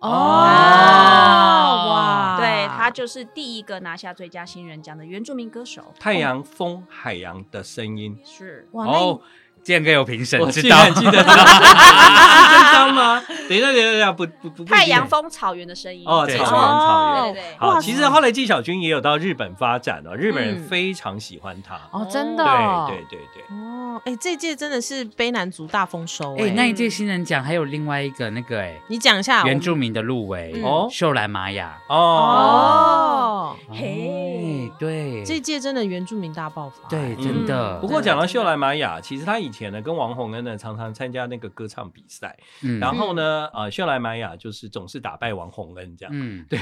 [SPEAKER 3] 哦
[SPEAKER 2] 哦
[SPEAKER 3] 哇，
[SPEAKER 4] 对他就是第一个拿下最佳新人奖的原住民歌手。
[SPEAKER 1] 太阳、风、海洋的声音，
[SPEAKER 4] 是
[SPEAKER 3] 哇那
[SPEAKER 2] 哦，健哥有评审
[SPEAKER 1] 我
[SPEAKER 2] 知
[SPEAKER 1] 竟
[SPEAKER 2] 道
[SPEAKER 1] 然，记 得到，是真章吗？等一下，等一下，等一下，不不不，不
[SPEAKER 4] 太阳风草原的声音
[SPEAKER 1] 哦，
[SPEAKER 2] 对
[SPEAKER 1] 草
[SPEAKER 2] 草
[SPEAKER 1] 原，
[SPEAKER 2] 原
[SPEAKER 1] 草
[SPEAKER 4] 对
[SPEAKER 2] 哦
[SPEAKER 1] 原。
[SPEAKER 4] 对对，
[SPEAKER 1] 好，
[SPEAKER 3] 哇
[SPEAKER 1] 其实后来纪晓君也有到日本发展哦，日本人
[SPEAKER 3] 嗯
[SPEAKER 1] 非常喜欢他。
[SPEAKER 3] 哦，真的哦，
[SPEAKER 1] 对对对对，
[SPEAKER 3] 哦，哎，这届真的是卑南族大丰收
[SPEAKER 2] 哎、
[SPEAKER 3] 哎，
[SPEAKER 2] 那一届新人奖还有另外一个那个哎、
[SPEAKER 3] 你讲一下
[SPEAKER 2] 原
[SPEAKER 3] 啊我
[SPEAKER 2] 住民的入围、
[SPEAKER 3] 嗯
[SPEAKER 1] 哦
[SPEAKER 2] 秀兰玛雅，
[SPEAKER 1] 哦，
[SPEAKER 3] 哦，
[SPEAKER 4] 嘿
[SPEAKER 2] 哎对，
[SPEAKER 3] 这届真的原住民大爆发，
[SPEAKER 2] 对
[SPEAKER 1] 嗯
[SPEAKER 2] 真的，
[SPEAKER 1] 不过讲到秀兰玛雅，其实她以前呢跟王洪恩呢常常参加那个歌唱比赛，
[SPEAKER 2] 嗯
[SPEAKER 1] 然后呢，呃，秀兰玛雅就是总是打败王洪恩这样。
[SPEAKER 2] 嗯，
[SPEAKER 1] 对，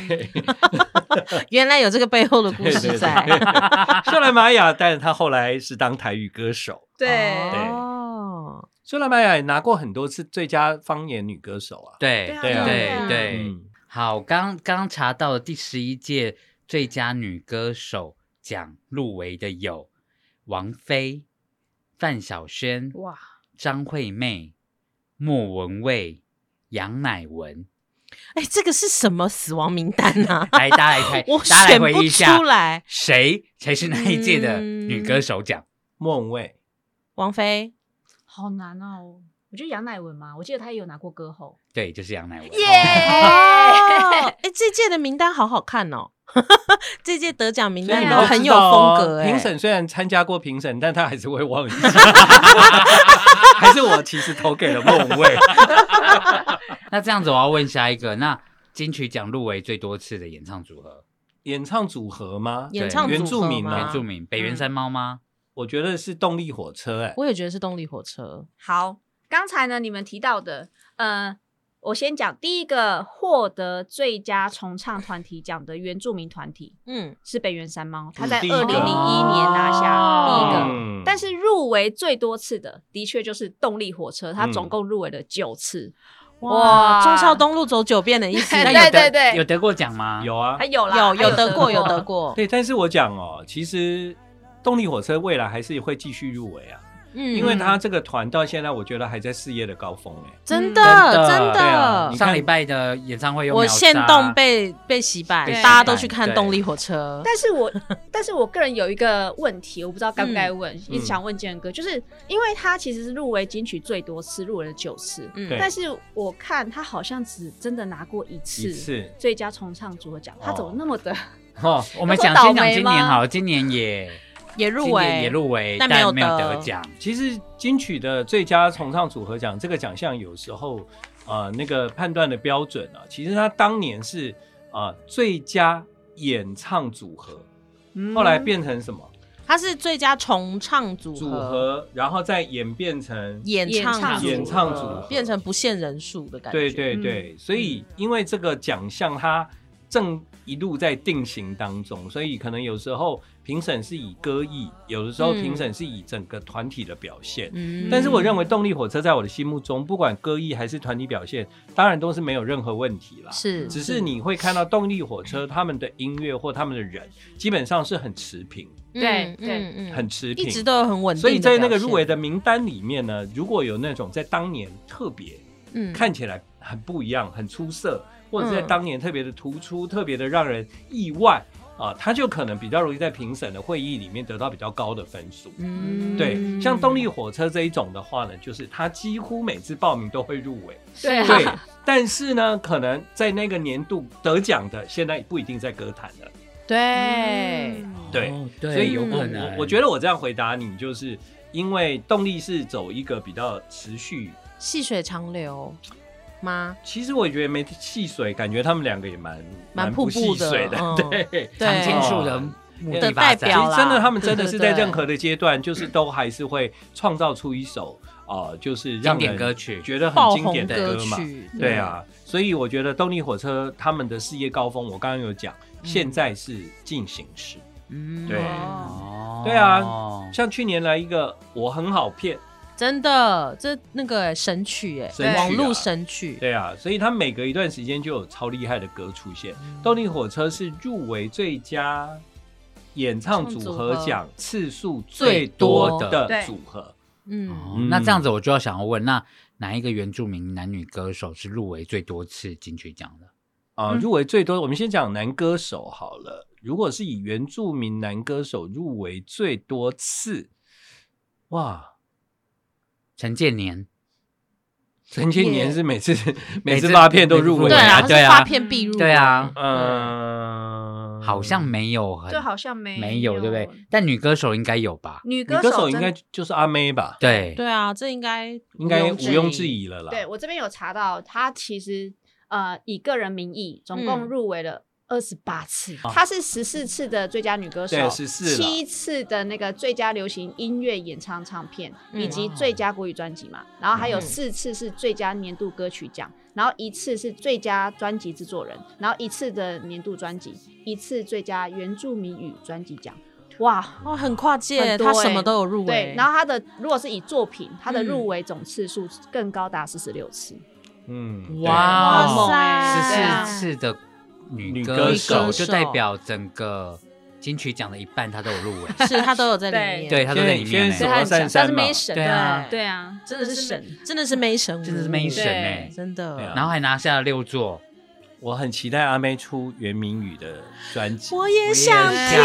[SPEAKER 3] 原来有这个背后的故
[SPEAKER 1] 对
[SPEAKER 3] 事
[SPEAKER 1] 对
[SPEAKER 3] 在，
[SPEAKER 1] 对 秀兰玛雅，但是她后来是当台语歌手。
[SPEAKER 4] 对
[SPEAKER 1] 对
[SPEAKER 3] 哦，
[SPEAKER 1] 秀兰玛雅也拿过很多次最佳方言女歌手啊。
[SPEAKER 2] 对
[SPEAKER 4] 啊
[SPEAKER 1] 对啊
[SPEAKER 4] 对
[SPEAKER 2] 对
[SPEAKER 4] 啊
[SPEAKER 2] 对，
[SPEAKER 1] 嗯，
[SPEAKER 2] 好，刚刚查到了第十一届最佳女歌手奖入围的有王菲、范晓萱、
[SPEAKER 4] 哇，
[SPEAKER 2] 张惠妹、莫文蔚、杨乃文。？
[SPEAKER 3] 哎，这个是什么死亡名单啊
[SPEAKER 2] 来，大家来猜，
[SPEAKER 3] 我
[SPEAKER 2] 哎大家来
[SPEAKER 3] 选
[SPEAKER 2] 回
[SPEAKER 3] 不
[SPEAKER 2] 忆一下
[SPEAKER 3] 出，来，嗯
[SPEAKER 2] 谁才是那一届的女歌手奖？
[SPEAKER 1] 莫文蔚，
[SPEAKER 3] 王菲，
[SPEAKER 4] 好难哦。我觉得杨乃文嘛，我记得他也有拿过歌后，
[SPEAKER 2] 对，就是杨乃文。
[SPEAKER 3] 哦，哎，这届的名单好好看哦，这届得奖名
[SPEAKER 1] 所以
[SPEAKER 3] 单
[SPEAKER 1] 你
[SPEAKER 4] 们
[SPEAKER 1] 都
[SPEAKER 3] 都
[SPEAKER 4] 都
[SPEAKER 3] 很
[SPEAKER 1] 知
[SPEAKER 3] 有
[SPEAKER 1] 道哦
[SPEAKER 3] 风格，哎
[SPEAKER 1] 评审虽然参加过评审，但他还是会忘 记。还是我其实投给了莫文蔚。
[SPEAKER 2] 那这样子，我要问下一个，那金曲奖入围最多次的演唱组合，
[SPEAKER 1] 演唱组合吗？
[SPEAKER 3] 演唱
[SPEAKER 1] 原
[SPEAKER 3] 组
[SPEAKER 1] 住
[SPEAKER 3] 合嗯
[SPEAKER 1] 民啊
[SPEAKER 3] 吗
[SPEAKER 2] 原住民北原山猫吗？
[SPEAKER 1] 我觉得是动力火车、哎，
[SPEAKER 3] 我也觉得是动力火车，
[SPEAKER 4] 好，刚才呢你们提到的，呃，我先讲第一个获得最佳重唱团体奖的原住民团体
[SPEAKER 3] 嗯，
[SPEAKER 4] 是北原山猫，他
[SPEAKER 1] 嗯
[SPEAKER 4] 在
[SPEAKER 1] 第一
[SPEAKER 4] 二
[SPEAKER 1] 个
[SPEAKER 4] 零零一年拿下
[SPEAKER 3] 哦
[SPEAKER 4] 第一个。
[SPEAKER 1] 嗯
[SPEAKER 4] 但是入围最多次的，的确就是动力火车，它
[SPEAKER 1] 嗯
[SPEAKER 4] 总共入围了九次。
[SPEAKER 3] 哇，
[SPEAKER 4] 哇
[SPEAKER 3] 忠孝东路走九遍的意 思，
[SPEAKER 2] 那
[SPEAKER 4] 对
[SPEAKER 2] 有得
[SPEAKER 4] 对对
[SPEAKER 2] 有得过奖吗？
[SPEAKER 1] 有啊
[SPEAKER 3] 哎
[SPEAKER 4] 还，有啦，
[SPEAKER 3] 有
[SPEAKER 4] 还
[SPEAKER 3] 有得过，有
[SPEAKER 4] 得
[SPEAKER 3] 得过，
[SPEAKER 1] 对，但是我讲哦，其实动力火车未来还是会继续入围啊，
[SPEAKER 3] 嗯
[SPEAKER 1] 因为他这个团到现在，我觉得还在事业的高峰、哎，
[SPEAKER 3] 真
[SPEAKER 4] 嗯
[SPEAKER 3] 的真
[SPEAKER 2] 真的对
[SPEAKER 1] 啊
[SPEAKER 3] 的
[SPEAKER 1] 你，
[SPEAKER 2] 上礼拜的演唱会又
[SPEAKER 3] 我
[SPEAKER 2] 秒杀
[SPEAKER 3] 现动被被洗版
[SPEAKER 2] 被，
[SPEAKER 4] 洗
[SPEAKER 3] 大家都
[SPEAKER 2] 版
[SPEAKER 3] 去看
[SPEAKER 2] 对
[SPEAKER 3] 动力火车，
[SPEAKER 4] 但是我，但是我个人有一个问题，我不知道该不该问，
[SPEAKER 1] 嗯
[SPEAKER 4] 一直想问建哥，就是因为他其实是入围金曲最多次，入围了九次，
[SPEAKER 3] 嗯
[SPEAKER 1] 对
[SPEAKER 4] 但是我看他好像只真的拿过一次
[SPEAKER 1] 一次
[SPEAKER 4] 最佳重唱组合奖，他怎么那么的？
[SPEAKER 1] 哦，
[SPEAKER 2] 我们讲
[SPEAKER 4] 有
[SPEAKER 2] 先
[SPEAKER 4] 说倒
[SPEAKER 2] 讲
[SPEAKER 4] 霉
[SPEAKER 2] 今
[SPEAKER 4] 吗
[SPEAKER 2] 年好了，今年也
[SPEAKER 3] 也入
[SPEAKER 2] 今年
[SPEAKER 3] 围，
[SPEAKER 2] 也入围，
[SPEAKER 3] 但
[SPEAKER 2] 但
[SPEAKER 3] 没有
[SPEAKER 2] 没有
[SPEAKER 3] 得
[SPEAKER 2] 得奖。
[SPEAKER 1] 其实金曲的最佳重唱组合奖这个奖项，有时候呃那个判断的标准啊，其实他当年是呃最佳演唱组合，
[SPEAKER 4] 嗯
[SPEAKER 3] 嗯
[SPEAKER 1] 后来变成什么、
[SPEAKER 3] 它是最佳重唱组合，
[SPEAKER 1] 组合，然后再演变成
[SPEAKER 3] 演
[SPEAKER 4] 演
[SPEAKER 3] 唱
[SPEAKER 4] 唱
[SPEAKER 3] 组
[SPEAKER 1] 演唱组合
[SPEAKER 4] 合
[SPEAKER 3] 变成不限人数的感觉。
[SPEAKER 1] 对对对，所以因为这个奖项它正一路在定型当中，所以可能有时候评审是以歌艺，有的时候
[SPEAKER 3] 嗯
[SPEAKER 1] 评审是以整个团体的表现。
[SPEAKER 3] 嗯
[SPEAKER 1] 但是我认为动力火车在我的心目中，不管歌艺还是团体表现，当然都是没有任何问题啦。
[SPEAKER 3] 是
[SPEAKER 1] 只是你会看到动力火车他们的音乐或他们的人，基本上是很持平，
[SPEAKER 4] 对对
[SPEAKER 3] 嗯
[SPEAKER 1] 很持
[SPEAKER 3] 一
[SPEAKER 1] 平，
[SPEAKER 3] 直都有很稳定的
[SPEAKER 1] 所
[SPEAKER 3] 表现。
[SPEAKER 1] 以在那个入围的名单里面呢，如果有那种在当年特别
[SPEAKER 3] 嗯
[SPEAKER 1] 看起来很不一样、很出色，或者在当年特别的突出、
[SPEAKER 3] 嗯
[SPEAKER 1] 特别的让人意外啊，他就可能比较容易在评审的会议里面得到比较高的分数。
[SPEAKER 3] 嗯
[SPEAKER 1] 对，像动力火车这一种的话呢，就是他几乎每次报名都会入 围，
[SPEAKER 4] 对
[SPEAKER 1] 对
[SPEAKER 4] 啊，。
[SPEAKER 1] 但是呢，可能在那个年度得奖的，现在不一定在歌坛了。
[SPEAKER 4] 嗯
[SPEAKER 3] 对，
[SPEAKER 1] 对
[SPEAKER 2] 哦
[SPEAKER 1] 所以
[SPEAKER 2] 对，
[SPEAKER 1] 有
[SPEAKER 2] 有
[SPEAKER 1] 我
[SPEAKER 2] 可
[SPEAKER 1] 我
[SPEAKER 2] 能。
[SPEAKER 1] 我觉得我这样回答你，就是因为动力是走一个比较持续，
[SPEAKER 3] 细水长流吗？
[SPEAKER 1] 其实我觉得没戏水，感觉他们两个也蛮
[SPEAKER 3] 蛮
[SPEAKER 1] 不
[SPEAKER 3] 瀑
[SPEAKER 1] 戏
[SPEAKER 3] 布的
[SPEAKER 1] 水的，
[SPEAKER 3] 嗯
[SPEAKER 1] 对。
[SPEAKER 3] 对
[SPEAKER 2] 常青树的目的
[SPEAKER 3] 的代
[SPEAKER 1] 其
[SPEAKER 3] 表
[SPEAKER 1] 实
[SPEAKER 3] 啦
[SPEAKER 1] 真的，他们真的
[SPEAKER 3] 对
[SPEAKER 1] 是
[SPEAKER 3] 对
[SPEAKER 1] 在
[SPEAKER 3] 对
[SPEAKER 1] 任何的阶 段，就是都还是会创造出一首呃，就是让
[SPEAKER 2] 经典
[SPEAKER 1] 人
[SPEAKER 2] 歌曲，
[SPEAKER 1] 觉得很
[SPEAKER 3] 爆
[SPEAKER 1] 经典
[SPEAKER 3] 红
[SPEAKER 1] 的
[SPEAKER 3] 歌
[SPEAKER 1] 嘛。
[SPEAKER 3] 曲，
[SPEAKER 1] 对，啊，所以我觉得动力火车他们的事业高峰，我刚刚有讲，现在是进行时。
[SPEAKER 2] 嗯
[SPEAKER 1] 对
[SPEAKER 4] 哦
[SPEAKER 2] 哦
[SPEAKER 1] 对啊像去年来一个我很好骗，
[SPEAKER 3] 真的，这那个欸神曲哎、
[SPEAKER 1] 神曲啊
[SPEAKER 3] 网络神曲，
[SPEAKER 1] 对啊，所以他每隔一段时间就有超厉害的歌出现。动力火车是入围最佳演唱组合奖次数最多的组合。
[SPEAKER 3] 嗯，
[SPEAKER 2] 哦
[SPEAKER 1] 嗯
[SPEAKER 2] 那这样子我就要想要问，那哪一个原住民男女歌手是入围最多次金曲奖的？
[SPEAKER 1] 啊、
[SPEAKER 4] 嗯
[SPEAKER 1] 入围最多，我们先讲男歌手好了。如果是以原住民男歌手入围最多次，哇，
[SPEAKER 2] 陈建年，
[SPEAKER 1] 陈建年
[SPEAKER 3] 耶
[SPEAKER 1] 是 每次每
[SPEAKER 2] 每
[SPEAKER 1] 次
[SPEAKER 2] 次
[SPEAKER 1] 发片都入围
[SPEAKER 3] 对啊，
[SPEAKER 2] 啊
[SPEAKER 3] 他
[SPEAKER 2] 对
[SPEAKER 3] 是
[SPEAKER 2] 啊
[SPEAKER 3] 发片必入，
[SPEAKER 2] 对啊，
[SPEAKER 1] 嗯，
[SPEAKER 2] 好像没有很，
[SPEAKER 4] 这好像没
[SPEAKER 2] 没有，对不对？但女歌手应该有吧？
[SPEAKER 4] 女
[SPEAKER 1] 女
[SPEAKER 4] 歌
[SPEAKER 1] 歌手应
[SPEAKER 4] 真
[SPEAKER 1] 该就是阿妹吧？
[SPEAKER 2] 对，
[SPEAKER 3] 对啊，这应该
[SPEAKER 1] 应该毋
[SPEAKER 3] 毋
[SPEAKER 1] 庸置。疑了啦。
[SPEAKER 4] 对我这边有查到，他其实呃以个人名义
[SPEAKER 3] 嗯
[SPEAKER 4] 总共入围了。二十八次，她是十四次的最佳女歌手
[SPEAKER 1] 对，14啦
[SPEAKER 4] 七次的那个最佳流行音乐演唱唱片，
[SPEAKER 3] 嗯
[SPEAKER 4] 以及最佳国语专辑嘛。然后还有
[SPEAKER 3] 嗯
[SPEAKER 4] 四次是最佳年度歌曲奖，然后一次是最佳专辑制作人，然后一次的年度专辑，一次最佳原住民语专辑奖。哇，
[SPEAKER 3] 哦，很跨界，
[SPEAKER 4] 很多
[SPEAKER 3] 他
[SPEAKER 4] 欸
[SPEAKER 3] 什么都有入围
[SPEAKER 4] 对，。然后他的如果是以作品，他的
[SPEAKER 3] 嗯
[SPEAKER 4] 入围总次数更高达四十六次。
[SPEAKER 1] 嗯，对
[SPEAKER 2] 哇哦好猛
[SPEAKER 4] 欸对
[SPEAKER 2] 十
[SPEAKER 4] 啊
[SPEAKER 2] 四次的
[SPEAKER 1] 女
[SPEAKER 2] 女
[SPEAKER 1] 歌
[SPEAKER 2] 歌
[SPEAKER 1] 手
[SPEAKER 2] 手，就代表整个金曲奖的一半，她都有入围。
[SPEAKER 3] 是他都有在里面，
[SPEAKER 2] 对，她都在里面
[SPEAKER 1] 所
[SPEAKER 4] 所以
[SPEAKER 1] 以他
[SPEAKER 2] 欸。
[SPEAKER 4] 他
[SPEAKER 1] 很
[SPEAKER 4] 很
[SPEAKER 1] 强
[SPEAKER 4] 强，
[SPEAKER 1] 他
[SPEAKER 4] 他
[SPEAKER 1] 是 Mason
[SPEAKER 4] 是
[SPEAKER 1] 嘛
[SPEAKER 4] Mason，
[SPEAKER 2] 对啊
[SPEAKER 4] 对啊，
[SPEAKER 3] 真的是神，真的是没神，
[SPEAKER 2] 真的是没神
[SPEAKER 4] 对
[SPEAKER 2] 哎，
[SPEAKER 3] 真
[SPEAKER 1] 对啊
[SPEAKER 3] 的。
[SPEAKER 2] 然后还拿下了六座。
[SPEAKER 1] 我很期待阿妹出原名语的专辑。
[SPEAKER 3] 我也
[SPEAKER 2] 我
[SPEAKER 3] 想
[SPEAKER 2] 也
[SPEAKER 3] 听，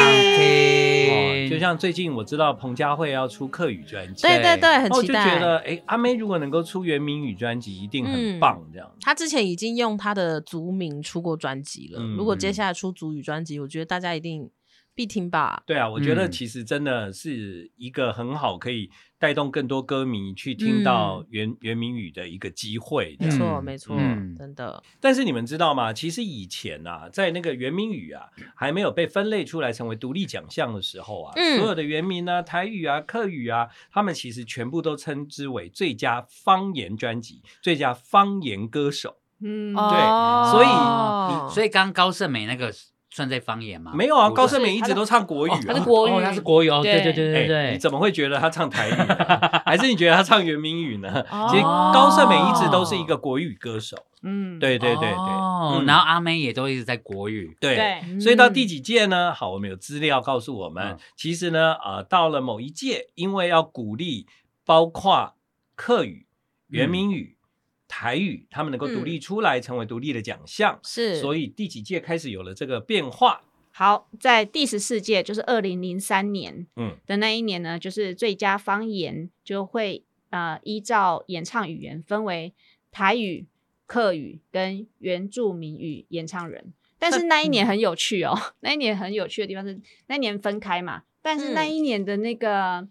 [SPEAKER 1] 哦
[SPEAKER 2] 听
[SPEAKER 1] 就像最近我知道彭佳慧要出客语专辑，
[SPEAKER 3] 对对对，很
[SPEAKER 1] 然后我
[SPEAKER 3] 期
[SPEAKER 1] 就觉
[SPEAKER 3] 待。
[SPEAKER 1] 得，哎，阿妹如果能够出原名语专辑，一定
[SPEAKER 2] 嗯
[SPEAKER 1] 很棒，这样。
[SPEAKER 3] 他之前已经用他的族名出过专辑了，
[SPEAKER 1] 嗯
[SPEAKER 3] 如果接下来出族语专辑，我觉得大家一定必听吧。
[SPEAKER 1] 对啊，我觉得
[SPEAKER 2] 嗯
[SPEAKER 1] 其实真的是一个很好可以带动更多歌迷去听到原原名语的一个机会。这
[SPEAKER 3] 没
[SPEAKER 1] 样
[SPEAKER 3] 错，
[SPEAKER 2] 嗯
[SPEAKER 3] 没错，
[SPEAKER 2] 嗯
[SPEAKER 3] 真的。
[SPEAKER 1] 但是你们知道吗？其实以前啊，在那个原名语啊还没有被分类出来成为独立奖项的时候啊，
[SPEAKER 3] 嗯
[SPEAKER 1] 所有的原名啊、台语啊、客语啊，他们其实全部都称之为最佳方言专辑、最佳方言歌手。
[SPEAKER 4] 嗯
[SPEAKER 1] 对所以
[SPEAKER 3] 哦
[SPEAKER 2] 哦所以刚刚高胜美那个算在方言吗？
[SPEAKER 1] 没有啊，
[SPEAKER 2] 不
[SPEAKER 1] 高
[SPEAKER 2] 是
[SPEAKER 1] 胜美一直都唱国语啊。
[SPEAKER 3] 他是国
[SPEAKER 2] 哦
[SPEAKER 3] 语
[SPEAKER 2] 他是国语哦，对
[SPEAKER 4] 对
[SPEAKER 2] 对对对
[SPEAKER 1] 哎你
[SPEAKER 2] 对。
[SPEAKER 1] 怎么会觉得他唱台语啊、 还是你觉得他唱原名语呢？
[SPEAKER 3] 哦
[SPEAKER 1] 其实高胜美一直都是一个国语歌手。
[SPEAKER 4] 嗯，
[SPEAKER 1] 对对对对，
[SPEAKER 2] 哦
[SPEAKER 1] 嗯
[SPEAKER 2] 然后阿妹也都一直在国语，
[SPEAKER 1] 对。
[SPEAKER 3] 哦
[SPEAKER 4] 对，
[SPEAKER 1] 所以到
[SPEAKER 3] 嗯
[SPEAKER 1] 第几届呢？好，我们有资料告诉我们，
[SPEAKER 2] 嗯
[SPEAKER 1] 其实呢，呃，到了某一届，因为要鼓励包括客语、原民语、台语，他们能够独立出来，成为独立的奖项，
[SPEAKER 3] 嗯是，
[SPEAKER 1] 所
[SPEAKER 3] 以
[SPEAKER 1] 以第几届开始有了这个变化。
[SPEAKER 4] 好，在第十四届就是二零零三年
[SPEAKER 1] 嗯，
[SPEAKER 4] 的那一年呢，就是最佳方言就会呃依照演唱语言分为台语、客语跟原住民语演唱人。但是那一年很有趣哦， 那一年很有趣的地方是那一年分开嘛，但是那一年的那个、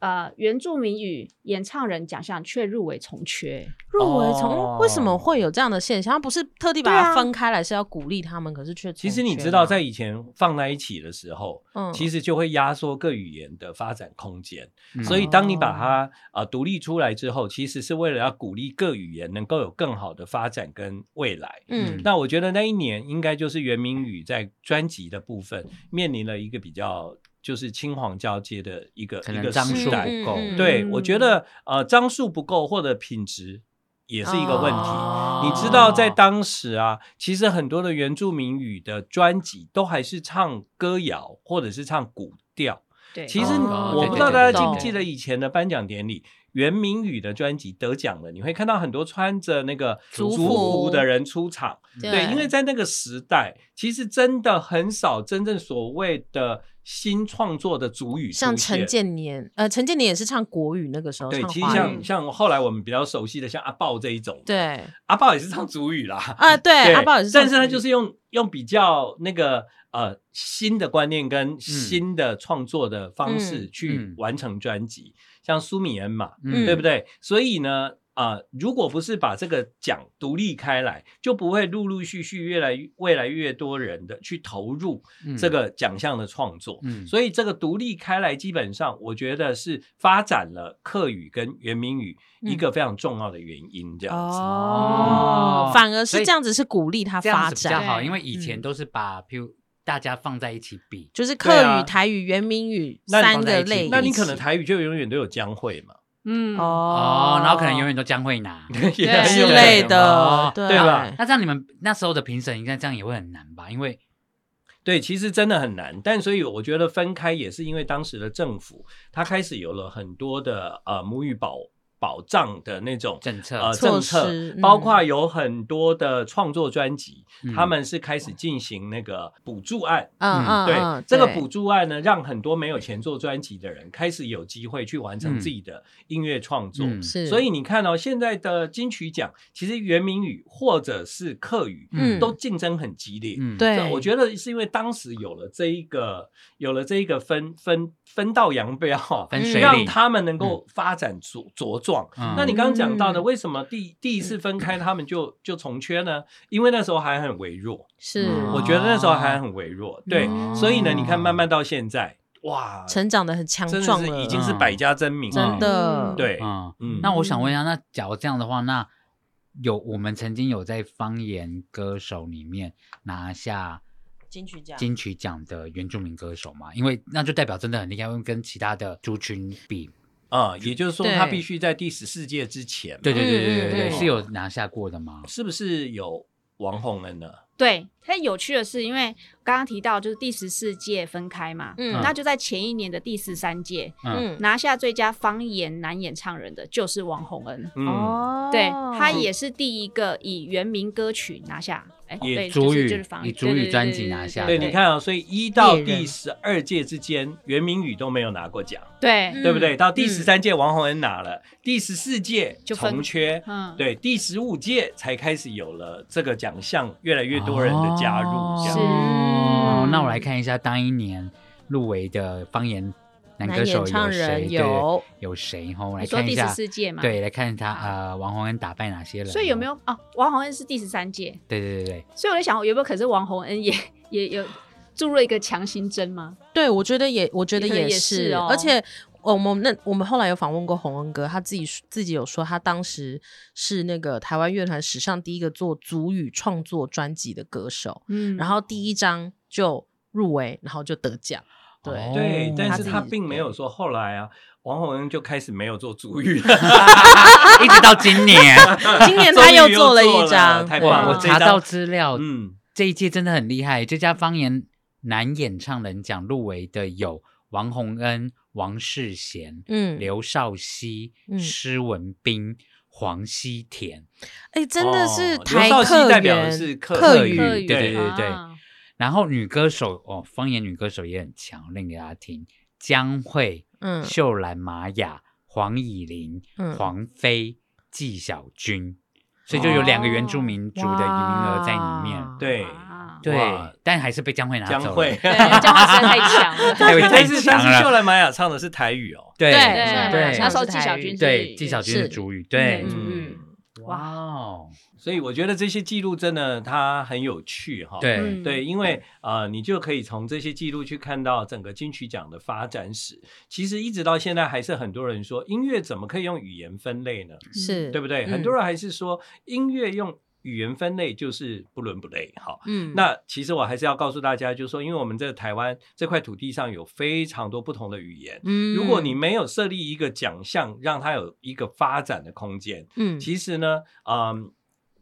[SPEAKER 4] 呃原住民语演唱人奖项却入围重缺。
[SPEAKER 3] 入围从、
[SPEAKER 1] 哦
[SPEAKER 3] 为什么会有这样的现象？他不是特地把
[SPEAKER 4] 对
[SPEAKER 3] 它
[SPEAKER 4] 啊
[SPEAKER 3] 分开来，是要鼓励他们，可是却
[SPEAKER 1] 其实
[SPEAKER 3] 重
[SPEAKER 1] 你
[SPEAKER 3] 缺
[SPEAKER 1] 知道，
[SPEAKER 3] 吗
[SPEAKER 1] 在以前放在一起的时候，
[SPEAKER 3] 嗯
[SPEAKER 1] 其实就会压缩各语言的发展空间。
[SPEAKER 2] 嗯
[SPEAKER 1] 所以，当你把它呃独立出来之后，其实是为了要鼓励各语言能够有更好的发展跟未来。
[SPEAKER 3] 嗯
[SPEAKER 1] 那我觉得那一年应该就是原名语在专辑的部分面临了一个比较就是青黄交接的一个
[SPEAKER 2] 可
[SPEAKER 1] 一
[SPEAKER 2] 能
[SPEAKER 1] 个
[SPEAKER 2] 张
[SPEAKER 1] 时
[SPEAKER 2] 数
[SPEAKER 1] 代。
[SPEAKER 2] 不够，
[SPEAKER 3] 嗯嗯嗯
[SPEAKER 1] 对，我觉得呃张数不够或者品质也是一个问题。
[SPEAKER 3] 哦
[SPEAKER 1] 你知道，在当时啊，其实很多的原住民语的专辑都还是唱歌谣或者是唱古调。
[SPEAKER 4] 对，
[SPEAKER 1] 其实
[SPEAKER 3] 哦
[SPEAKER 1] 我
[SPEAKER 3] 对
[SPEAKER 1] 不
[SPEAKER 3] 对
[SPEAKER 1] 知道
[SPEAKER 3] 对
[SPEAKER 1] 大家
[SPEAKER 3] 对
[SPEAKER 1] 记不
[SPEAKER 3] 对
[SPEAKER 1] 记得以前的颁奖典礼，原名语的专辑得奖了，你会看到很多穿着那个
[SPEAKER 3] 族
[SPEAKER 1] 族
[SPEAKER 3] 服
[SPEAKER 1] 服的人出场。
[SPEAKER 3] 对
[SPEAKER 1] 对，因为在那个时代，其实真的很少真正所谓的新创作的族语出
[SPEAKER 3] 像陈
[SPEAKER 1] 现。
[SPEAKER 3] 建年，呃，陈建年也是唱国语那个时候，
[SPEAKER 1] 对，
[SPEAKER 3] 唱
[SPEAKER 1] 其实
[SPEAKER 3] 华
[SPEAKER 1] 像
[SPEAKER 3] 语
[SPEAKER 1] 像后来我们比较熟悉的，像阿豹这一种，，
[SPEAKER 3] 对
[SPEAKER 1] 阿豹也是唱族语啦，
[SPEAKER 3] 啊， 对阿豹也是唱
[SPEAKER 1] 但
[SPEAKER 3] 国语，
[SPEAKER 1] 是他就是用用比较那个呃新的观念跟新的创作的方式
[SPEAKER 3] 嗯
[SPEAKER 1] 去
[SPEAKER 2] 嗯
[SPEAKER 1] 完成专辑，像苏米恩嘛，
[SPEAKER 3] 嗯
[SPEAKER 1] 对不对？所以呢，啊，如果不是把这个奖独立开来，就不会陆陆续续越来越越来越多人的去投入
[SPEAKER 3] 嗯
[SPEAKER 1] 这，个奖项的创作。
[SPEAKER 2] 嗯嗯嗯
[SPEAKER 1] 所以这个独立开来，基本上我觉得是发展了客语跟原民语一个非常重要的原因，这样子。
[SPEAKER 3] 嗯哦
[SPEAKER 2] 哦，
[SPEAKER 3] 反而
[SPEAKER 2] 所
[SPEAKER 3] 是
[SPEAKER 2] 以
[SPEAKER 3] 这样子是鼓励他
[SPEAKER 2] 这样
[SPEAKER 3] 发
[SPEAKER 2] 子比较
[SPEAKER 3] 展，
[SPEAKER 2] 好，
[SPEAKER 4] 对
[SPEAKER 2] 因为以前
[SPEAKER 3] 嗯
[SPEAKER 2] 都是把譬如大家放在一起比，
[SPEAKER 3] 就是
[SPEAKER 1] 对
[SPEAKER 3] 客
[SPEAKER 1] 啊
[SPEAKER 3] 语、台语、原民语
[SPEAKER 1] 那你
[SPEAKER 3] 三
[SPEAKER 1] 放
[SPEAKER 2] 在
[SPEAKER 3] 个
[SPEAKER 2] 一起
[SPEAKER 3] 类一起，
[SPEAKER 1] 那你可能台语就永远都有江蕙嘛。
[SPEAKER 4] 嗯，
[SPEAKER 3] 哦
[SPEAKER 2] 哦，然后可能永远都江慧拿
[SPEAKER 1] 也很
[SPEAKER 4] 对
[SPEAKER 3] 之
[SPEAKER 1] 有可能
[SPEAKER 3] 类的
[SPEAKER 2] 哦，
[SPEAKER 3] 对
[SPEAKER 1] 对吧
[SPEAKER 2] 那这样你们那时候的评审应该这样也会很难吧？因为
[SPEAKER 1] 对，其实真的很难，但所以我觉得分开也是因为当时的政府，它开始有了很多的呃母语保保障的那种
[SPEAKER 2] 政策
[SPEAKER 1] 呃
[SPEAKER 3] 措
[SPEAKER 1] 政策
[SPEAKER 3] 施，
[SPEAKER 1] 包
[SPEAKER 3] 嗯
[SPEAKER 1] 括有很多的创作专辑，
[SPEAKER 2] 嗯
[SPEAKER 1] 他们是开始进行那个补助案。
[SPEAKER 3] 嗯嗯，
[SPEAKER 1] 对
[SPEAKER 3] 嗯
[SPEAKER 1] 这个补助案呢，让很多没有钱做专辑的人开始有机会去完成
[SPEAKER 2] 嗯
[SPEAKER 1] 自己的音乐创作。
[SPEAKER 2] 嗯
[SPEAKER 3] 是，
[SPEAKER 1] 所以你看哦，现在的金曲奖其实原名语或者是客语、
[SPEAKER 3] 嗯
[SPEAKER 1] 都竞争很激烈。
[SPEAKER 2] 嗯，
[SPEAKER 1] 这
[SPEAKER 3] 对，
[SPEAKER 1] 我觉得是因为当时有了这一个，有了这一个分分分道扬镳哈，
[SPEAKER 2] 分
[SPEAKER 3] 嗯
[SPEAKER 2] 水
[SPEAKER 1] 让
[SPEAKER 2] 岭，
[SPEAKER 1] 他们能够发展茁茁壮。
[SPEAKER 2] 嗯
[SPEAKER 1] 那你刚刚讲到的，
[SPEAKER 4] 嗯
[SPEAKER 1] 为什么第第一次分开他们就就重缺呢？因为那时候还很微弱，
[SPEAKER 3] 是
[SPEAKER 2] 嗯
[SPEAKER 1] 我觉得那时候还很微弱。对，
[SPEAKER 2] 哦
[SPEAKER 3] 嗯
[SPEAKER 1] 所以呢，你看慢慢到现在，哇，
[SPEAKER 3] 成长的很强
[SPEAKER 1] 真的
[SPEAKER 3] 壮
[SPEAKER 1] 是
[SPEAKER 3] 了，嗯
[SPEAKER 1] 已经是百家争鸣了，
[SPEAKER 3] 真的
[SPEAKER 4] 嗯
[SPEAKER 1] 对，
[SPEAKER 2] 嗯，
[SPEAKER 1] 嗯，
[SPEAKER 2] 那我想问一下，那假如这样的话，那有我们曾经有在方言歌手里面拿下
[SPEAKER 3] 金曲奖
[SPEAKER 2] 金曲奖的原住民歌手嘛？因为那就代表真的很厉害，因为跟其他的族群比，
[SPEAKER 1] 啊，也就是说，他
[SPEAKER 3] 对
[SPEAKER 1] 必须在第十四届之前嘛，
[SPEAKER 2] 对对对对对对，
[SPEAKER 3] 嗯嗯嗯
[SPEAKER 2] 是有拿下过的吗？
[SPEAKER 1] 是不是有王洪恩呢？
[SPEAKER 4] 对，但有趣的是，因为刚刚提到就是第十四届分开嘛，
[SPEAKER 3] 嗯
[SPEAKER 4] 那就在前一年的第十三届、
[SPEAKER 2] 嗯，
[SPEAKER 3] 嗯
[SPEAKER 4] 拿下最佳方言男演唱人的就是王洪恩，
[SPEAKER 1] 嗯，
[SPEAKER 3] 哦
[SPEAKER 4] 对他也是第一个以原名歌曲拿下，哎、
[SPEAKER 1] 以
[SPEAKER 4] 对，
[SPEAKER 2] 主
[SPEAKER 4] 就
[SPEAKER 2] 语
[SPEAKER 4] 是就是方
[SPEAKER 2] 以
[SPEAKER 4] 言
[SPEAKER 2] 主语专辑拿下
[SPEAKER 1] 对，
[SPEAKER 2] 对
[SPEAKER 1] 你，
[SPEAKER 3] 嗯
[SPEAKER 1] 看啊，所以一到
[SPEAKER 3] 猎人
[SPEAKER 1] 第十二届之间，袁明宇都没有拿过奖，
[SPEAKER 4] 对对对对对对
[SPEAKER 1] 对不对？到第
[SPEAKER 4] 嗯
[SPEAKER 1] 十三届王洪恩拿了，第十四届
[SPEAKER 4] 就分
[SPEAKER 1] 重缺。
[SPEAKER 4] 嗯，
[SPEAKER 1] 对，第十五届才开始有了这个奖项，越来越多人的加入，
[SPEAKER 2] 哦
[SPEAKER 1] 这
[SPEAKER 4] 是
[SPEAKER 1] 样
[SPEAKER 2] 哦，那我来看一下当一年入围的方言男歌
[SPEAKER 3] 男
[SPEAKER 2] 手
[SPEAKER 3] 演唱
[SPEAKER 2] 有谁？
[SPEAKER 3] 人
[SPEAKER 2] 对
[SPEAKER 3] 有
[SPEAKER 2] 有谁？哈，我们
[SPEAKER 4] 你
[SPEAKER 2] 来
[SPEAKER 4] 说
[SPEAKER 2] 看
[SPEAKER 4] 第
[SPEAKER 2] 一
[SPEAKER 4] 十
[SPEAKER 2] 下，
[SPEAKER 4] 四届嘛，，
[SPEAKER 2] 对，来看他呃，王洪恩打败哪些人？
[SPEAKER 4] 所以有没？有哦、王洪恩是第十三届，
[SPEAKER 2] 对对对对，
[SPEAKER 4] 所以我在想有没有可能是王洪恩也也有注入一个强心针吗？
[SPEAKER 3] 对，我觉得也，我觉得
[SPEAKER 4] 可能也
[SPEAKER 3] 是，
[SPEAKER 4] 是哦
[SPEAKER 3] 而且。我们那我们后来有访问过洪恩哥，他自己自己有说，他当时是那个台湾乐团史上第一个做主语创作专辑的歌手，
[SPEAKER 4] 嗯
[SPEAKER 3] 然后第一张就入围，然后就得奖。对，
[SPEAKER 2] 哦
[SPEAKER 1] 对
[SPEAKER 2] 哦，
[SPEAKER 1] 但
[SPEAKER 3] 他
[SPEAKER 1] 是
[SPEAKER 3] 自
[SPEAKER 1] 他
[SPEAKER 3] 己
[SPEAKER 1] 并没有说后来啊，王洪恩就开始没有做主 语了，
[SPEAKER 2] 一直到今 年，
[SPEAKER 3] 今年他又
[SPEAKER 1] 终于
[SPEAKER 3] 做了一
[SPEAKER 1] 做
[SPEAKER 3] 张，
[SPEAKER 1] 太
[SPEAKER 3] 对
[SPEAKER 1] 棒
[SPEAKER 2] 我
[SPEAKER 1] 了！
[SPEAKER 2] 我
[SPEAKER 1] 这
[SPEAKER 2] 查
[SPEAKER 1] 张
[SPEAKER 2] 到资料，
[SPEAKER 1] 嗯，
[SPEAKER 2] 这一届真的很厉害。最佳方言男演唱人奖入围的有王洪恩、王世贤、
[SPEAKER 3] 嗯，
[SPEAKER 2] 刘少熙、
[SPEAKER 3] 嗯
[SPEAKER 2] 施文彬、黄西田。
[SPEAKER 3] 哎，真的是
[SPEAKER 1] 哦
[SPEAKER 3] 台
[SPEAKER 1] 刘少
[SPEAKER 3] 客
[SPEAKER 1] 奇代表的
[SPEAKER 3] 源
[SPEAKER 1] 是客
[SPEAKER 3] 客
[SPEAKER 1] 语
[SPEAKER 3] 语，
[SPEAKER 4] 客
[SPEAKER 2] 对
[SPEAKER 4] 语
[SPEAKER 2] 对对对
[SPEAKER 4] 啊。
[SPEAKER 2] 然后女歌手哦，方言女歌手也很强，我念给大家听：江蕙、
[SPEAKER 3] 嗯
[SPEAKER 2] 秀兰、玛雅、黄以玲、
[SPEAKER 3] 嗯
[SPEAKER 2] 黄飞、纪晓君，所以就有两个原住民族的
[SPEAKER 3] 哦
[SPEAKER 2] 名额在里面。
[SPEAKER 3] 哇
[SPEAKER 1] 对
[SPEAKER 4] 啊
[SPEAKER 2] 对
[SPEAKER 1] 哇，
[SPEAKER 2] 但还是被江蕙拿走
[SPEAKER 1] 江
[SPEAKER 2] 了。
[SPEAKER 1] 蕙，
[SPEAKER 4] 对，江老师太强了。
[SPEAKER 2] 太 太
[SPEAKER 1] 但是
[SPEAKER 2] 强
[SPEAKER 1] 但是秀
[SPEAKER 2] 了。
[SPEAKER 1] 兰玛雅唱的是台语哦，
[SPEAKER 2] 对
[SPEAKER 3] 对
[SPEAKER 4] 对，
[SPEAKER 2] 对
[SPEAKER 4] 那时候纪晓君是
[SPEAKER 2] 对，纪晓君
[SPEAKER 3] 是
[SPEAKER 2] 是主语，对，
[SPEAKER 4] 嗯
[SPEAKER 1] 嗯，
[SPEAKER 2] 哇哦，
[SPEAKER 1] 所以我觉得这些记录真的它很有趣哈，。
[SPEAKER 3] 嗯
[SPEAKER 2] 对，
[SPEAKER 1] 对，因为呃，你就可以从这些记录去看到整个金曲奖的发展史。其实一直到现在，还是很多人说音乐怎么可以用语言分类呢？
[SPEAKER 3] 是，
[SPEAKER 1] 对不对？
[SPEAKER 3] 嗯
[SPEAKER 1] 很多人还是说音乐用语言分类就是不伦不类。好，
[SPEAKER 3] 嗯，
[SPEAKER 1] 那其实我还是要告诉大家，就是说，因为我们这台湾这块土地上有非常多不同的语言。
[SPEAKER 3] 嗯，
[SPEAKER 1] 如果你没有设立一个奖项，让它有一个发展的空间，
[SPEAKER 3] 嗯
[SPEAKER 1] 其实呢，嗯，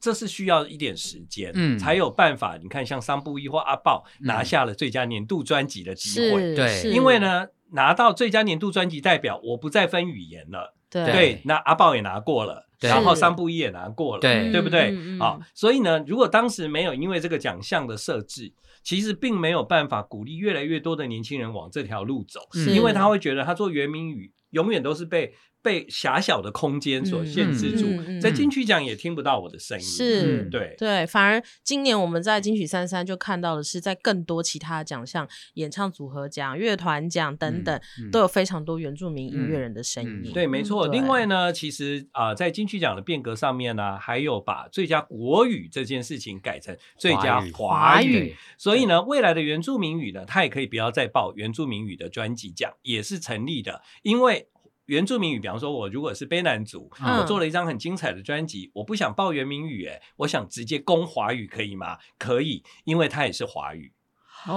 [SPEAKER 1] 这是需要一点时间，
[SPEAKER 2] 嗯
[SPEAKER 1] 才有办法。你看，像桑布伊或阿豹
[SPEAKER 2] 嗯
[SPEAKER 1] 拿下了最佳年度专辑的机会，
[SPEAKER 3] 是，
[SPEAKER 2] 对
[SPEAKER 3] 是
[SPEAKER 1] 因为，呢，拿到最佳年度专辑代表，我不再分语言了。
[SPEAKER 3] 对
[SPEAKER 1] 对，那阿豹也拿过了，
[SPEAKER 2] 对
[SPEAKER 1] 然后
[SPEAKER 3] 是
[SPEAKER 1] 桑布伊也拿过了，
[SPEAKER 2] 对
[SPEAKER 1] 对不对？啊
[SPEAKER 4] 嗯嗯嗯
[SPEAKER 1] 好，所以呢，如果当时没有因为这个奖项的设置，其实并没有办法鼓励越来越多的年轻人往这条路走，
[SPEAKER 2] 嗯
[SPEAKER 1] 因为他会觉得他做原名语永远都是被被狭小的空间所限制住，
[SPEAKER 3] 嗯嗯嗯嗯
[SPEAKER 1] 在金曲奖也听不到我的声音，
[SPEAKER 3] 是
[SPEAKER 2] 嗯
[SPEAKER 1] 对。
[SPEAKER 3] 对，反而今年我们在金曲三三就看到的是，在更多其他的奖项，演唱组合奖、乐团奖等等，
[SPEAKER 2] 嗯嗯
[SPEAKER 3] 都有非常多原住民音乐人的身
[SPEAKER 2] 嗯
[SPEAKER 3] 影。
[SPEAKER 2] 嗯
[SPEAKER 1] 对，没错。
[SPEAKER 3] 嗯
[SPEAKER 1] 另外呢，其实啊、在金曲奖的变革上面呢、还有把最佳国语这件事情改成最佳
[SPEAKER 2] 华语
[SPEAKER 1] 华
[SPEAKER 3] 华
[SPEAKER 1] 语
[SPEAKER 3] 语
[SPEAKER 1] 所以呢，未来的原住民语呢，它也可以不要再报原住民语的专辑奖，也是成立的，因为。原住民语，比方说，我如果是卑南族，
[SPEAKER 2] 嗯
[SPEAKER 1] 我做了一张很精彩的专辑，我不想报原民语，哎，我想直接攻华语，可以吗？可以，因为它也是华语。
[SPEAKER 4] 哦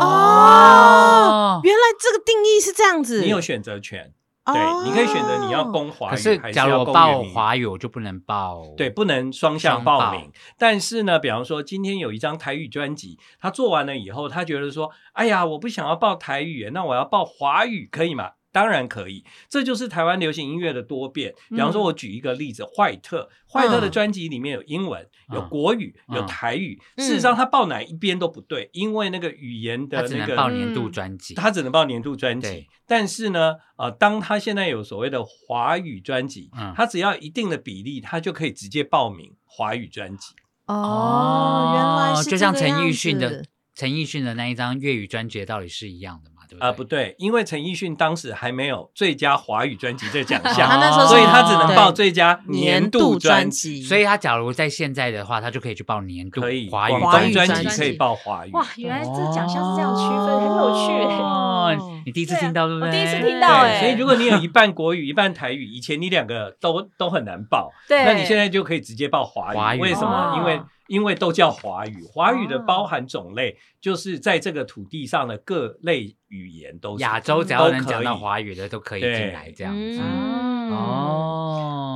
[SPEAKER 3] 哦原来这个定义是这样子，
[SPEAKER 1] 你有选择权，
[SPEAKER 3] 哦
[SPEAKER 1] 对，你可以选择你要攻华
[SPEAKER 2] 可
[SPEAKER 1] 语
[SPEAKER 2] 是
[SPEAKER 1] 还是
[SPEAKER 2] 假如
[SPEAKER 1] 要
[SPEAKER 2] 我
[SPEAKER 1] 攻
[SPEAKER 2] 报
[SPEAKER 1] 原名
[SPEAKER 2] 华语，我就不能报
[SPEAKER 1] 对，不能双向
[SPEAKER 2] 双
[SPEAKER 1] 报
[SPEAKER 2] 报
[SPEAKER 1] 名。但是呢，比方说今天有一张台语专辑，他做完了以后，他觉得说，哎呀，我不想要报台语，那我要报华语，可以吗？当然可以，这就是台湾流行音乐的多变。比方说，
[SPEAKER 4] 嗯
[SPEAKER 1] 我举一个例子，坏特，坏特的
[SPEAKER 3] 嗯
[SPEAKER 1] 专辑里面有英文、有
[SPEAKER 2] 嗯
[SPEAKER 1] 国语、有
[SPEAKER 2] 嗯
[SPEAKER 1] 台语。
[SPEAKER 3] 嗯
[SPEAKER 1] 事实上，他报哪一边都不对，因为那个语言
[SPEAKER 2] 他
[SPEAKER 1] 的
[SPEAKER 2] 只
[SPEAKER 1] 那
[SPEAKER 2] 能
[SPEAKER 1] 个
[SPEAKER 2] 报年度
[SPEAKER 4] 嗯
[SPEAKER 2] 专辑。
[SPEAKER 1] 他只能报年度专辑
[SPEAKER 2] 对。
[SPEAKER 1] 但是呢，呃，当他现在有所谓的华语专辑，
[SPEAKER 2] 嗯
[SPEAKER 1] 他只要一定的比例，他就可以直接报名华语专辑。
[SPEAKER 3] 哦，原来是
[SPEAKER 2] 就像
[SPEAKER 3] 这个
[SPEAKER 2] 陈奕
[SPEAKER 3] 样
[SPEAKER 2] 迅的
[SPEAKER 3] 子
[SPEAKER 2] 陈奕迅的那一张粤语专辑的道理是一样的嘛，对不对？
[SPEAKER 1] 啊、不对，因为陈奕迅当时还没有最佳华语专辑这奖项，
[SPEAKER 2] 哦他那时候是
[SPEAKER 1] 所以他只能
[SPEAKER 2] 对
[SPEAKER 1] 报
[SPEAKER 3] 哦
[SPEAKER 1] 最佳
[SPEAKER 3] 啊年
[SPEAKER 1] 度专
[SPEAKER 3] 专
[SPEAKER 1] 辑。
[SPEAKER 3] 辑，
[SPEAKER 2] 所以他假如在现在的话，他就可以去报年度
[SPEAKER 1] 可以，
[SPEAKER 2] 华语
[SPEAKER 1] 广东
[SPEAKER 3] 专
[SPEAKER 1] 专辑
[SPEAKER 3] 辑
[SPEAKER 1] 可以报华语。
[SPEAKER 4] 哇，原来这奖项是这样区分，很有趣欸。
[SPEAKER 2] 哦，你第一次
[SPEAKER 4] 对啊
[SPEAKER 2] 听到对不
[SPEAKER 4] 我
[SPEAKER 2] 对？
[SPEAKER 4] 第一次听
[SPEAKER 1] 对
[SPEAKER 4] 到哎、
[SPEAKER 1] 所以如果你有一半国语，一半台语，以前你两个都都很难报，
[SPEAKER 4] 对，
[SPEAKER 1] 那你现在就可以直接报华语，
[SPEAKER 2] 华语
[SPEAKER 1] 为什么？
[SPEAKER 4] 哦
[SPEAKER 1] 因为因为都叫华语，华语的
[SPEAKER 4] 哦
[SPEAKER 1] 包含种类就是在这个土地上的各类语言都是
[SPEAKER 2] 亚洲只要能讲
[SPEAKER 1] 都
[SPEAKER 2] 到
[SPEAKER 1] 可以
[SPEAKER 2] 华语的都可以
[SPEAKER 1] 对
[SPEAKER 2] 进来，这样子。
[SPEAKER 3] 嗯
[SPEAKER 2] 哦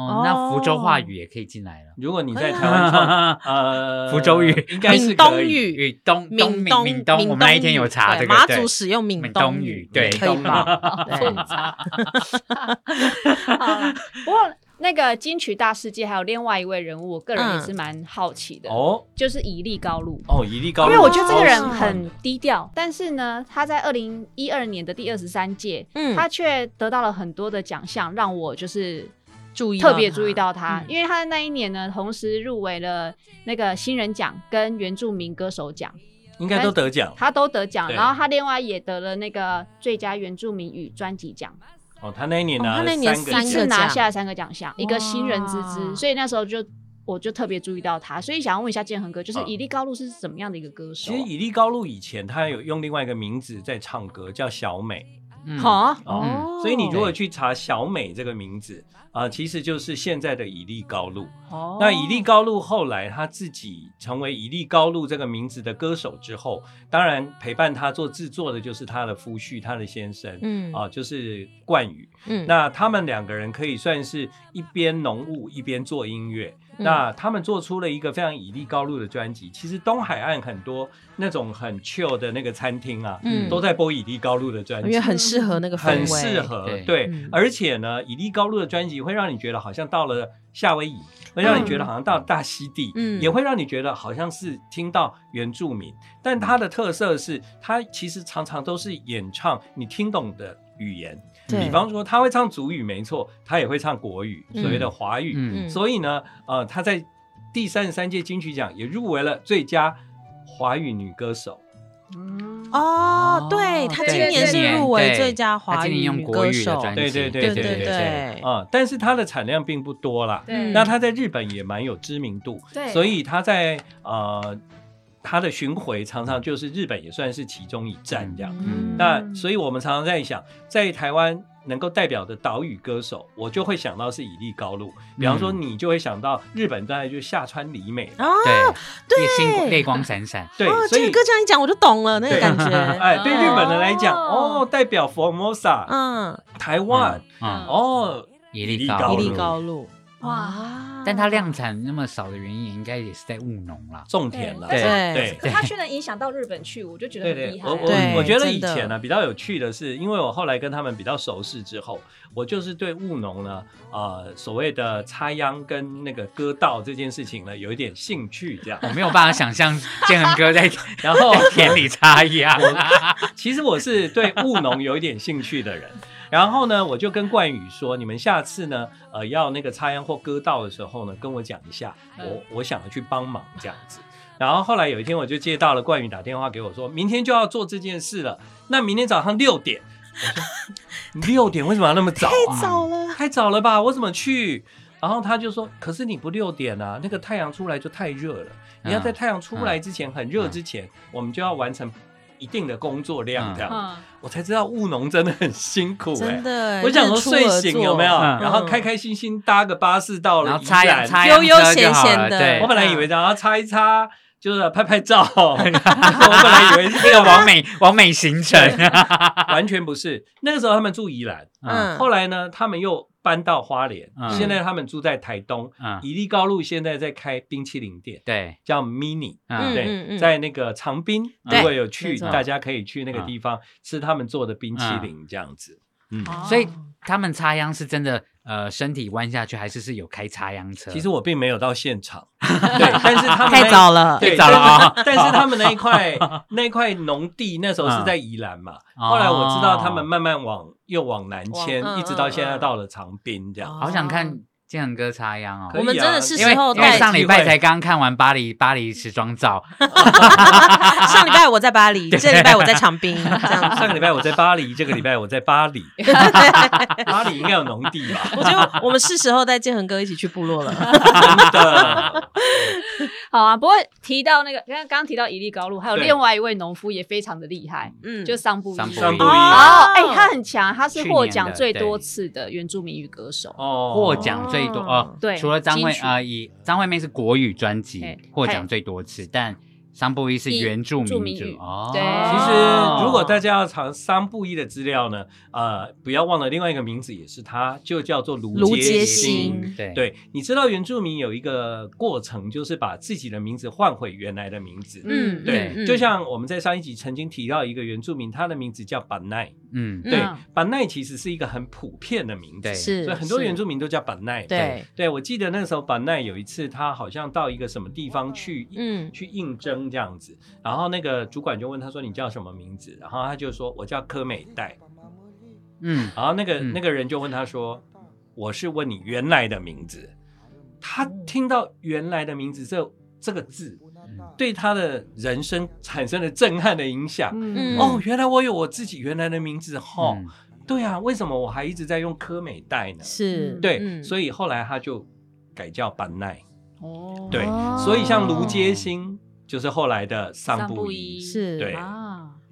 [SPEAKER 3] 哦，
[SPEAKER 2] 那福州话语也可以进来了。
[SPEAKER 1] 如果你在台湾 创
[SPEAKER 2] 哈哈，
[SPEAKER 1] 呃
[SPEAKER 2] 福州语
[SPEAKER 1] 应该是
[SPEAKER 3] 闽东
[SPEAKER 1] 可以
[SPEAKER 2] 闽
[SPEAKER 3] 语
[SPEAKER 2] 东东
[SPEAKER 3] 闽东
[SPEAKER 2] 闽东，我们那一天有查
[SPEAKER 3] 对
[SPEAKER 2] 这个
[SPEAKER 3] 马
[SPEAKER 2] 对
[SPEAKER 3] 祖使用闽
[SPEAKER 2] 闽
[SPEAKER 3] 东
[SPEAKER 2] 东
[SPEAKER 3] 语
[SPEAKER 2] 语，对
[SPEAKER 3] 可以吧？对
[SPEAKER 4] 好啦 不过那个金曲大世界还有另外一位人物，我个人也是蛮好奇的，
[SPEAKER 1] 哦
[SPEAKER 4] 就是以利高露。
[SPEAKER 1] 哦，一粒高
[SPEAKER 4] 因
[SPEAKER 1] 露，
[SPEAKER 4] 为我觉得这个人
[SPEAKER 1] 哦
[SPEAKER 4] 很低调，但是呢，他在二零一二年的第二十三届，
[SPEAKER 3] 嗯
[SPEAKER 4] 他却得到了很多的奖项，让我就是
[SPEAKER 3] 注意到
[SPEAKER 4] 特别注意到他，
[SPEAKER 3] 嗯
[SPEAKER 4] 因为他在那一年呢，同时入围了那个新人奖跟原住民歌手奖，
[SPEAKER 1] 应该都得奖
[SPEAKER 4] 他都得奖，
[SPEAKER 1] 对
[SPEAKER 4] 然后他另外也得了那个最佳原住民语专辑奖，
[SPEAKER 1] 哦。他那一年
[SPEAKER 3] 哦
[SPEAKER 1] 拿
[SPEAKER 3] 他
[SPEAKER 1] 了
[SPEAKER 3] 那年
[SPEAKER 1] 个
[SPEAKER 3] 三
[SPEAKER 1] 奖
[SPEAKER 3] 个
[SPEAKER 4] 是拿下了三个奖项，一个新人之
[SPEAKER 3] 哇
[SPEAKER 4] 姿，所以那时候就我就特别注意到他，所以想要问一下建恒哥，就是
[SPEAKER 1] 嗯
[SPEAKER 4] 以利高露是怎么样的一个歌手
[SPEAKER 1] 其实以粒高露以前他有用另外一个名字在唱歌，叫小美。
[SPEAKER 2] 嗯
[SPEAKER 4] 啊？哈
[SPEAKER 1] 哦，所以你如果
[SPEAKER 2] 对
[SPEAKER 1] 去查小美这个名字啊、其实就是现在的以利高露。
[SPEAKER 4] 哦
[SPEAKER 1] 那以利高露后来他自己成为以利高露这个名字的歌手之后，当然陪伴他做制作的就是他的夫婿，他的先生。
[SPEAKER 3] 嗯
[SPEAKER 1] 啊，就是冠宇，
[SPEAKER 3] 嗯
[SPEAKER 1] 那他们两个人可以算是一边农务一边做音乐。
[SPEAKER 3] 嗯
[SPEAKER 1] 那他们做出了一个非常以利高露的专辑。其实东海岸很多那种很 chill 的那个餐厅啊，
[SPEAKER 3] 嗯
[SPEAKER 1] 都在播以利高露的专辑，
[SPEAKER 3] 因为很适合那个氛围，
[SPEAKER 1] 很适合，
[SPEAKER 2] 对
[SPEAKER 1] 对，
[SPEAKER 3] 嗯
[SPEAKER 1] 而且呢，以利高露的专辑会让你觉得好像到了夏威夷，会让你觉得好像到了大溪地，
[SPEAKER 3] 嗯
[SPEAKER 1] 也会让你觉得好像是听到原住民。但它的特色是，它其实常常都是演唱你听懂的语言，
[SPEAKER 2] 嗯
[SPEAKER 3] 对
[SPEAKER 1] 比方说他会唱祖语，没错，他也会唱国语，所谓的华语，
[SPEAKER 2] 嗯
[SPEAKER 1] 所以呢，呃，她在第三十三届金曲奖也入围了最佳华语女歌手。
[SPEAKER 4] 嗯
[SPEAKER 3] 哦
[SPEAKER 2] 哦，
[SPEAKER 3] 对他
[SPEAKER 4] 对
[SPEAKER 3] 今年
[SPEAKER 4] 今
[SPEAKER 3] 是
[SPEAKER 2] 年
[SPEAKER 3] 入围
[SPEAKER 2] 对
[SPEAKER 3] 最佳
[SPEAKER 2] 他
[SPEAKER 3] 华
[SPEAKER 2] 今年
[SPEAKER 3] 语
[SPEAKER 2] 用
[SPEAKER 3] 女
[SPEAKER 2] 国
[SPEAKER 3] 歌
[SPEAKER 2] 语的
[SPEAKER 3] 手，
[SPEAKER 2] 专辑，
[SPEAKER 1] 对对
[SPEAKER 3] 对
[SPEAKER 1] 对
[SPEAKER 3] 对对，
[SPEAKER 1] 啊、但是它的产量并不多啦。
[SPEAKER 4] 对
[SPEAKER 3] 嗯
[SPEAKER 1] 那它在日本也蛮有知名度，
[SPEAKER 4] 对
[SPEAKER 1] 所以它在呃它的巡回常常就是日本也算是其中一站这样。
[SPEAKER 2] 嗯
[SPEAKER 1] 那所以我们常常在想，在台湾能够代表的岛屿歌手，我就会想到是以利高露，比方说
[SPEAKER 2] 嗯
[SPEAKER 1] 你就会想到日本当然就是下川里美，
[SPEAKER 3] 啊，
[SPEAKER 2] 对，也星
[SPEAKER 3] 对
[SPEAKER 2] 光泪光闪闪，
[SPEAKER 1] 对
[SPEAKER 3] 哦，，
[SPEAKER 1] 所
[SPEAKER 3] 这
[SPEAKER 1] 以
[SPEAKER 3] 个歌这样一讲我就懂了那个
[SPEAKER 1] 对
[SPEAKER 3] 感觉，
[SPEAKER 1] 哎对日本人来讲，
[SPEAKER 4] 哦
[SPEAKER 1] 哦，代表 Formosa
[SPEAKER 3] 嗯，
[SPEAKER 1] 台湾，
[SPEAKER 2] 嗯，
[SPEAKER 1] 哦，
[SPEAKER 2] 一粒
[SPEAKER 1] 粒
[SPEAKER 2] 高
[SPEAKER 1] 高
[SPEAKER 3] 伊
[SPEAKER 1] 露
[SPEAKER 2] 露
[SPEAKER 3] 利高露，
[SPEAKER 4] 哇
[SPEAKER 3] 哇，
[SPEAKER 2] 但它量产那么少的原因，也应该也是在务农啦。
[SPEAKER 1] 种田了，
[SPEAKER 4] 对
[SPEAKER 1] 对。
[SPEAKER 3] 对
[SPEAKER 4] 可他却能影响到日本去，我就觉得
[SPEAKER 1] 对对
[SPEAKER 4] 很厉，害
[SPEAKER 1] 我
[SPEAKER 4] 啊。
[SPEAKER 1] 我
[SPEAKER 3] 对
[SPEAKER 1] 我觉得
[SPEAKER 3] 真
[SPEAKER 1] 以
[SPEAKER 3] 的
[SPEAKER 1] 前啊呢比较有趣的是，因为我后来跟他们比较熟识之后，我就是对务农呢，呃，所谓的插秧跟那个割稻这件事情呢，有一点兴趣这样。
[SPEAKER 2] 我没有办法想象建恒哥在
[SPEAKER 1] 然后
[SPEAKER 2] 田里插秧，啊
[SPEAKER 1] 其实我是对务农有一点兴趣的人。然后呢，我就跟冠宇说，你们下次呢，呃，要那个插秧或割稻的时候呢，跟我讲一下，我我想要去帮忙这样子。然后后来有一天，我就接到了冠宇打电话给我说，明天就要做这件事了。那明天早上六点，我说六点为什么要那么早、 啊？
[SPEAKER 3] 早了，
[SPEAKER 1] 太早了吧，我怎么去？然后他就说，可是你不六点啊，那个太阳出来就太热了，
[SPEAKER 2] 啊
[SPEAKER 1] 你要在太阳出来之前、很热之前，我们就要完成一定的工作量，
[SPEAKER 2] 嗯
[SPEAKER 1] 这样、
[SPEAKER 4] 嗯，
[SPEAKER 1] 我才知道务农真的很辛苦哎、
[SPEAKER 3] 真的，
[SPEAKER 1] 我想说
[SPEAKER 3] 日出
[SPEAKER 1] 睡
[SPEAKER 3] 而
[SPEAKER 1] 醒
[SPEAKER 3] 作
[SPEAKER 1] 有没有，
[SPEAKER 2] 嗯
[SPEAKER 1] 然后开开心心搭个巴士到
[SPEAKER 2] 然
[SPEAKER 1] 了
[SPEAKER 2] 后
[SPEAKER 1] 宜
[SPEAKER 2] 哦插秧
[SPEAKER 1] 兰，
[SPEAKER 2] 插秧
[SPEAKER 3] 悠悠
[SPEAKER 2] 车就
[SPEAKER 3] 闲
[SPEAKER 2] 好
[SPEAKER 3] 闲
[SPEAKER 2] 了
[SPEAKER 3] 的
[SPEAKER 2] 对
[SPEAKER 1] 我，本来以为然后插一插，就是拍拍 照。我本来以为是
[SPEAKER 2] 这个完美 完美行程，啊
[SPEAKER 1] 完全不是，那个时候他们住宜兰，
[SPEAKER 3] 嗯
[SPEAKER 1] 啊后来呢，他们又搬到花莲，
[SPEAKER 2] 嗯
[SPEAKER 1] 现在他们住在台东。
[SPEAKER 2] 嗯，
[SPEAKER 1] 宜利高路现在在开冰淇淋店，
[SPEAKER 2] 对，
[SPEAKER 1] 叫 Mini，、
[SPEAKER 2] 啊
[SPEAKER 3] 嗯
[SPEAKER 1] 对，
[SPEAKER 3] 嗯嗯
[SPEAKER 1] 在那个长滨，
[SPEAKER 3] 对
[SPEAKER 1] 如果有
[SPEAKER 3] 没
[SPEAKER 1] 去，
[SPEAKER 3] 错
[SPEAKER 1] 大家可以去那个
[SPEAKER 2] 啊
[SPEAKER 1] 地方、吃他们做的冰淇淋这样子。嗯，
[SPEAKER 2] 所以
[SPEAKER 3] 哦
[SPEAKER 2] 他们插秧是真的，呃，身体弯下去，还是是有开插秧车？
[SPEAKER 1] 其实我并没有到现 场，对，但是他们
[SPEAKER 3] 太早了，
[SPEAKER 1] 对
[SPEAKER 2] 啊太早了啊
[SPEAKER 1] 但是但是他们那一块那一块农地那时
[SPEAKER 2] 啊
[SPEAKER 1] 候是在宜兰嘛，
[SPEAKER 2] 哦
[SPEAKER 1] 后来我知道他们慢慢往又往南迁，
[SPEAKER 3] 往嗯
[SPEAKER 1] 一直到现在
[SPEAKER 3] 嗯嗯
[SPEAKER 1] 到了长滨这样。
[SPEAKER 2] 好想看建恒哥插秧哦，
[SPEAKER 1] 可以啊
[SPEAKER 3] 我们真的是
[SPEAKER 2] 因
[SPEAKER 3] 时
[SPEAKER 2] 为
[SPEAKER 3] 候
[SPEAKER 2] 因为
[SPEAKER 3] 带
[SPEAKER 2] 上礼拜才刚看完巴黎巴黎时装照，
[SPEAKER 3] 上礼拜我在巴黎，这礼拜我在长滨，这 样子。
[SPEAKER 1] 上个礼拜我在巴黎，这个礼拜我在巴黎， 巴黎应该有农地吧？
[SPEAKER 3] 我觉得我们是时候带建恒哥一起去部落了。
[SPEAKER 1] 真的，
[SPEAKER 4] 好啊，不过提到那个，刚刚刚提到一粒高露，还有
[SPEAKER 1] 对
[SPEAKER 4] 另外一位农夫也非常的厉害，
[SPEAKER 3] 嗯，
[SPEAKER 4] 就桑布伊
[SPEAKER 2] 桑布
[SPEAKER 1] 上
[SPEAKER 2] 伊
[SPEAKER 1] 不一
[SPEAKER 3] 哦
[SPEAKER 4] 哦，哎、他很强，他是
[SPEAKER 2] 去
[SPEAKER 4] 获
[SPEAKER 2] 年
[SPEAKER 4] 奖
[SPEAKER 2] 的
[SPEAKER 4] 最
[SPEAKER 2] 对
[SPEAKER 4] 多次的原住民语歌手。
[SPEAKER 1] 哦，
[SPEAKER 2] 获奖最多哦，
[SPEAKER 4] 对
[SPEAKER 2] 除了张惠
[SPEAKER 4] 金曲
[SPEAKER 2] 啊，以张惠妹是国语专
[SPEAKER 4] 对
[SPEAKER 2] 辑获奖最多次，但桑布伊是
[SPEAKER 4] 以
[SPEAKER 2] 原住
[SPEAKER 4] 住
[SPEAKER 2] 民
[SPEAKER 4] 民
[SPEAKER 2] 族
[SPEAKER 4] 语
[SPEAKER 2] 哦。
[SPEAKER 4] 对
[SPEAKER 1] 其实，如果大家要查桑布伊的资料呢，呃，不要忘了另外一个名字也是他，就叫做
[SPEAKER 3] 卢
[SPEAKER 1] 卢
[SPEAKER 3] 杰
[SPEAKER 1] 杰
[SPEAKER 3] 兴
[SPEAKER 1] 兴。
[SPEAKER 2] 对
[SPEAKER 1] 对，你知道原住民有一个过程，就是把自己的名字换回原来的名字。
[SPEAKER 4] 嗯
[SPEAKER 1] 对，
[SPEAKER 3] 嗯
[SPEAKER 1] 就像我们在上一集曾经提到一个原住民，他的名字叫板奈。
[SPEAKER 2] 嗯
[SPEAKER 3] 嗯
[SPEAKER 1] 对，板奈其实是一个很普遍的名字
[SPEAKER 2] 对，
[SPEAKER 3] 是
[SPEAKER 1] 所以很多
[SPEAKER 3] 是
[SPEAKER 1] 原住民都叫板奈。
[SPEAKER 3] 对，
[SPEAKER 1] 对我记得那时候板奈有一次，他好像到一个什么地方去，
[SPEAKER 3] 嗯
[SPEAKER 1] 去应征这样子，然后那个主管就问他说：“你叫什么名字？”然后他就说：“我叫柯美代。
[SPEAKER 2] 嗯”，
[SPEAKER 1] 然后那个、
[SPEAKER 2] 嗯
[SPEAKER 1] 那个人就问他说：“我是问你原来的名字。”他听到“原来的名字这”这个字，
[SPEAKER 2] 嗯
[SPEAKER 1] 对他的人生产生了震撼的影响。
[SPEAKER 3] 嗯
[SPEAKER 1] 哦，原来我有我自己原来的名字哈、
[SPEAKER 2] 嗯
[SPEAKER 1] 对啊，为什么我还一直在用柯美代呢？
[SPEAKER 3] 是，
[SPEAKER 1] 对、
[SPEAKER 3] 嗯
[SPEAKER 1] 所以后来他就改叫班奈。
[SPEAKER 4] 哦
[SPEAKER 1] 对
[SPEAKER 3] 哦
[SPEAKER 1] 所以像卢街星就是后来的桑布伊，
[SPEAKER 3] 是
[SPEAKER 1] 对
[SPEAKER 4] 啊。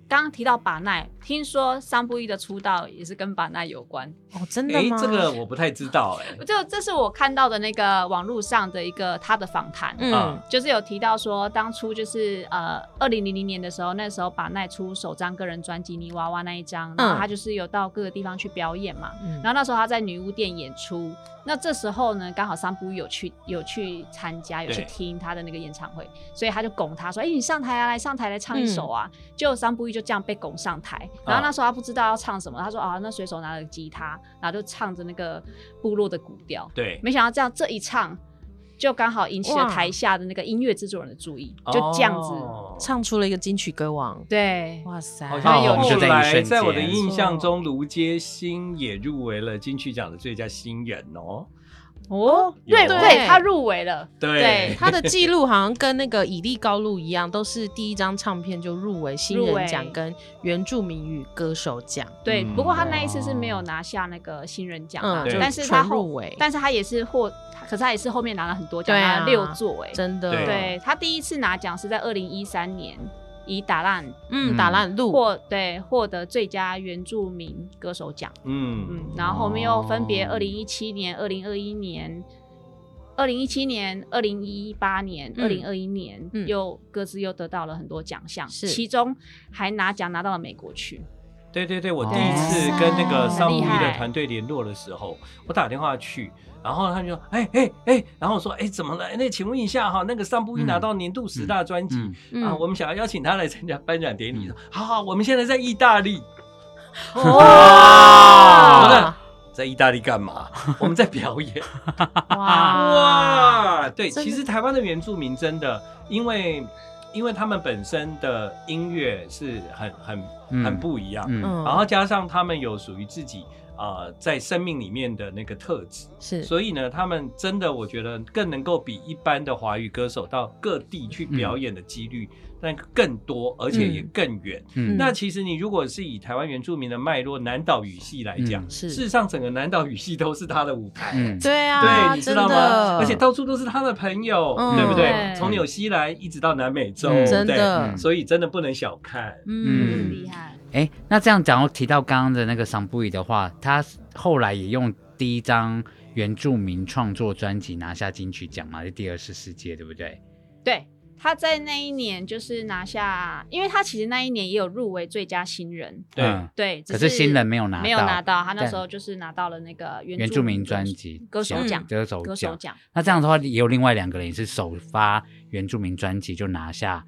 [SPEAKER 4] 刚刚提到把奈，听说桑布伊的出道也是跟把奈有关，
[SPEAKER 3] 哦，真的
[SPEAKER 1] 哎，
[SPEAKER 3] 吗？
[SPEAKER 1] 这个我不太知道哎、
[SPEAKER 4] 就这是我看到的那个网络上的一个他的访谈，
[SPEAKER 3] 嗯
[SPEAKER 1] 啊
[SPEAKER 4] 就是有提到说，当初就是呃，二零零零年的时候，那时候把奈出首张个人专辑《泥娃娃》那一张，然后他就是有到各个地方去表演嘛，
[SPEAKER 3] 嗯
[SPEAKER 4] 然后那时候他在女巫店演出，那这时候呢，刚好桑布有去有去参加，有去
[SPEAKER 1] 对
[SPEAKER 4] 听他的那个演唱会，所以他就拱他说：“哎、你上台啊，来上台来唱一首啊！”就桑布就这样被拱上台，然后
[SPEAKER 1] 嗯
[SPEAKER 4] 那时候他不知道要唱什么，他说：“啊，那随手拿了吉他，然后就唱着那个部落的古调。”
[SPEAKER 1] 对，
[SPEAKER 4] 没想到这样这一唱，就刚好引起了
[SPEAKER 3] 哇
[SPEAKER 4] 台下的那个音乐制作人的注意，就这样子，
[SPEAKER 1] 哦
[SPEAKER 3] 唱出了一个金曲歌王，
[SPEAKER 4] 对，
[SPEAKER 3] 哇塞，
[SPEAKER 1] 好
[SPEAKER 2] 那
[SPEAKER 1] 像
[SPEAKER 2] 有
[SPEAKER 1] 有
[SPEAKER 2] 我们
[SPEAKER 1] 后
[SPEAKER 2] 就在一
[SPEAKER 1] 来，
[SPEAKER 2] 瞬间
[SPEAKER 1] 在我的印象中，卢街星也入围了金曲奖的最佳新人哦。
[SPEAKER 4] 哦，对
[SPEAKER 1] 有
[SPEAKER 4] 对，他入围了，对
[SPEAKER 1] 对，
[SPEAKER 3] 他的记录好像跟那个以利高露一样，都是第一张唱片就入围新人
[SPEAKER 4] 入
[SPEAKER 3] 奖
[SPEAKER 4] 围
[SPEAKER 3] 跟原住民语歌手奖，
[SPEAKER 4] 对，
[SPEAKER 1] 嗯
[SPEAKER 4] 不过他那一次是没有拿下那个新人奖啊，
[SPEAKER 3] 嗯，
[SPEAKER 1] 对
[SPEAKER 3] 就
[SPEAKER 4] 但是他
[SPEAKER 3] 纯
[SPEAKER 4] 后，
[SPEAKER 3] 入围，
[SPEAKER 4] 但是他也是获，可是他也是后面拿了很多奖，
[SPEAKER 3] 对啊
[SPEAKER 4] 拿了六座哎、
[SPEAKER 3] 真的，
[SPEAKER 1] 对
[SPEAKER 4] 对他第一次拿奖是在二零一三年，以打烂
[SPEAKER 3] 嗯，打烂路，
[SPEAKER 4] 获对获得最佳原住民歌手奖，嗯
[SPEAKER 1] 嗯，，
[SPEAKER 4] 然后后面又分别
[SPEAKER 2] 哦
[SPEAKER 4] 二零一七年、二零二一年、二零一七年、二零一八年、
[SPEAKER 3] 嗯
[SPEAKER 4] 二零二一年、
[SPEAKER 3] 嗯
[SPEAKER 4] 又各自又得到了很多奖项，
[SPEAKER 3] 是
[SPEAKER 4] 其中还拿奖拿到了美国去，
[SPEAKER 1] 对对对，
[SPEAKER 2] 哦
[SPEAKER 1] 我第一次跟那
[SPEAKER 3] 哇
[SPEAKER 1] 个
[SPEAKER 3] 塞
[SPEAKER 1] 桑布伊
[SPEAKER 4] 很厉
[SPEAKER 1] 的
[SPEAKER 4] 害
[SPEAKER 1] 团队联络的时候，我打电话去。然后他就说：“哎哎哎！”然后我说：“哎，怎么了？哎那请问一下哈，那个桑布伊
[SPEAKER 2] 嗯
[SPEAKER 1] 拿到年度十大专辑、
[SPEAKER 2] 嗯
[SPEAKER 3] 嗯
[SPEAKER 1] 啊，我们想要邀请他来参加颁奖典礼。好好，我们现在在意大利，
[SPEAKER 3] 哇
[SPEAKER 1] 我看在意大利干 嘛？我们在表演。
[SPEAKER 2] 啊
[SPEAKER 3] 哇，
[SPEAKER 1] 哇，对，
[SPEAKER 3] 真的
[SPEAKER 1] 其实台湾的原住民真的，因为因为他们本身的音乐是很很
[SPEAKER 2] 嗯
[SPEAKER 1] 很不一样，
[SPEAKER 2] 嗯
[SPEAKER 3] 嗯，
[SPEAKER 1] 然后加上他们有属于自己啊、呃在生命里面的那个特质，
[SPEAKER 3] 是，
[SPEAKER 1] 所以呢，他们真的我觉得更能够比一般的华语歌手到各地去表演的几率。但更多，而且也更远。
[SPEAKER 2] 嗯嗯
[SPEAKER 1] 那其实你如果是以台湾原住民的脉络南岛语系来讲，
[SPEAKER 2] 嗯
[SPEAKER 3] 是
[SPEAKER 1] 事实上整个南岛语系都是他的舞台。
[SPEAKER 2] 嗯
[SPEAKER 3] 对啊，
[SPEAKER 1] 对，你知
[SPEAKER 3] 真
[SPEAKER 1] 道吗？
[SPEAKER 3] 的，
[SPEAKER 1] 而且到处都是他的朋友，
[SPEAKER 3] 嗯
[SPEAKER 1] 对不对？
[SPEAKER 4] 对
[SPEAKER 1] 从纽西兰一直到南美洲，
[SPEAKER 2] 嗯
[SPEAKER 3] 真
[SPEAKER 1] 对，
[SPEAKER 3] 的
[SPEAKER 2] 嗯，
[SPEAKER 1] 所以真的不能小看。
[SPEAKER 4] 很
[SPEAKER 2] 嗯
[SPEAKER 4] 厉害。
[SPEAKER 2] 哎，那这样讲到提到刚刚的那个桑布伊的话，他后来也用第一张原住民创作专辑拿下金曲奖嘛，就第二次世界，对不对？
[SPEAKER 4] 对，他在那一年就是拿下，因为他其实那一年也有入围最佳新人，
[SPEAKER 1] 对
[SPEAKER 2] 嗯
[SPEAKER 4] 对，只
[SPEAKER 2] 可是新人没有拿
[SPEAKER 4] 没有
[SPEAKER 2] 到
[SPEAKER 4] 拿到，他那
[SPEAKER 2] 但
[SPEAKER 4] 时候就是拿到了那个
[SPEAKER 2] 原住民专辑
[SPEAKER 4] 歌手
[SPEAKER 2] 嗯
[SPEAKER 4] 奖
[SPEAKER 2] 歌手
[SPEAKER 4] 歌手
[SPEAKER 2] 奖。
[SPEAKER 4] 奖，
[SPEAKER 2] 那这样的话，也有另外两个人也是首发原住民专辑就拿下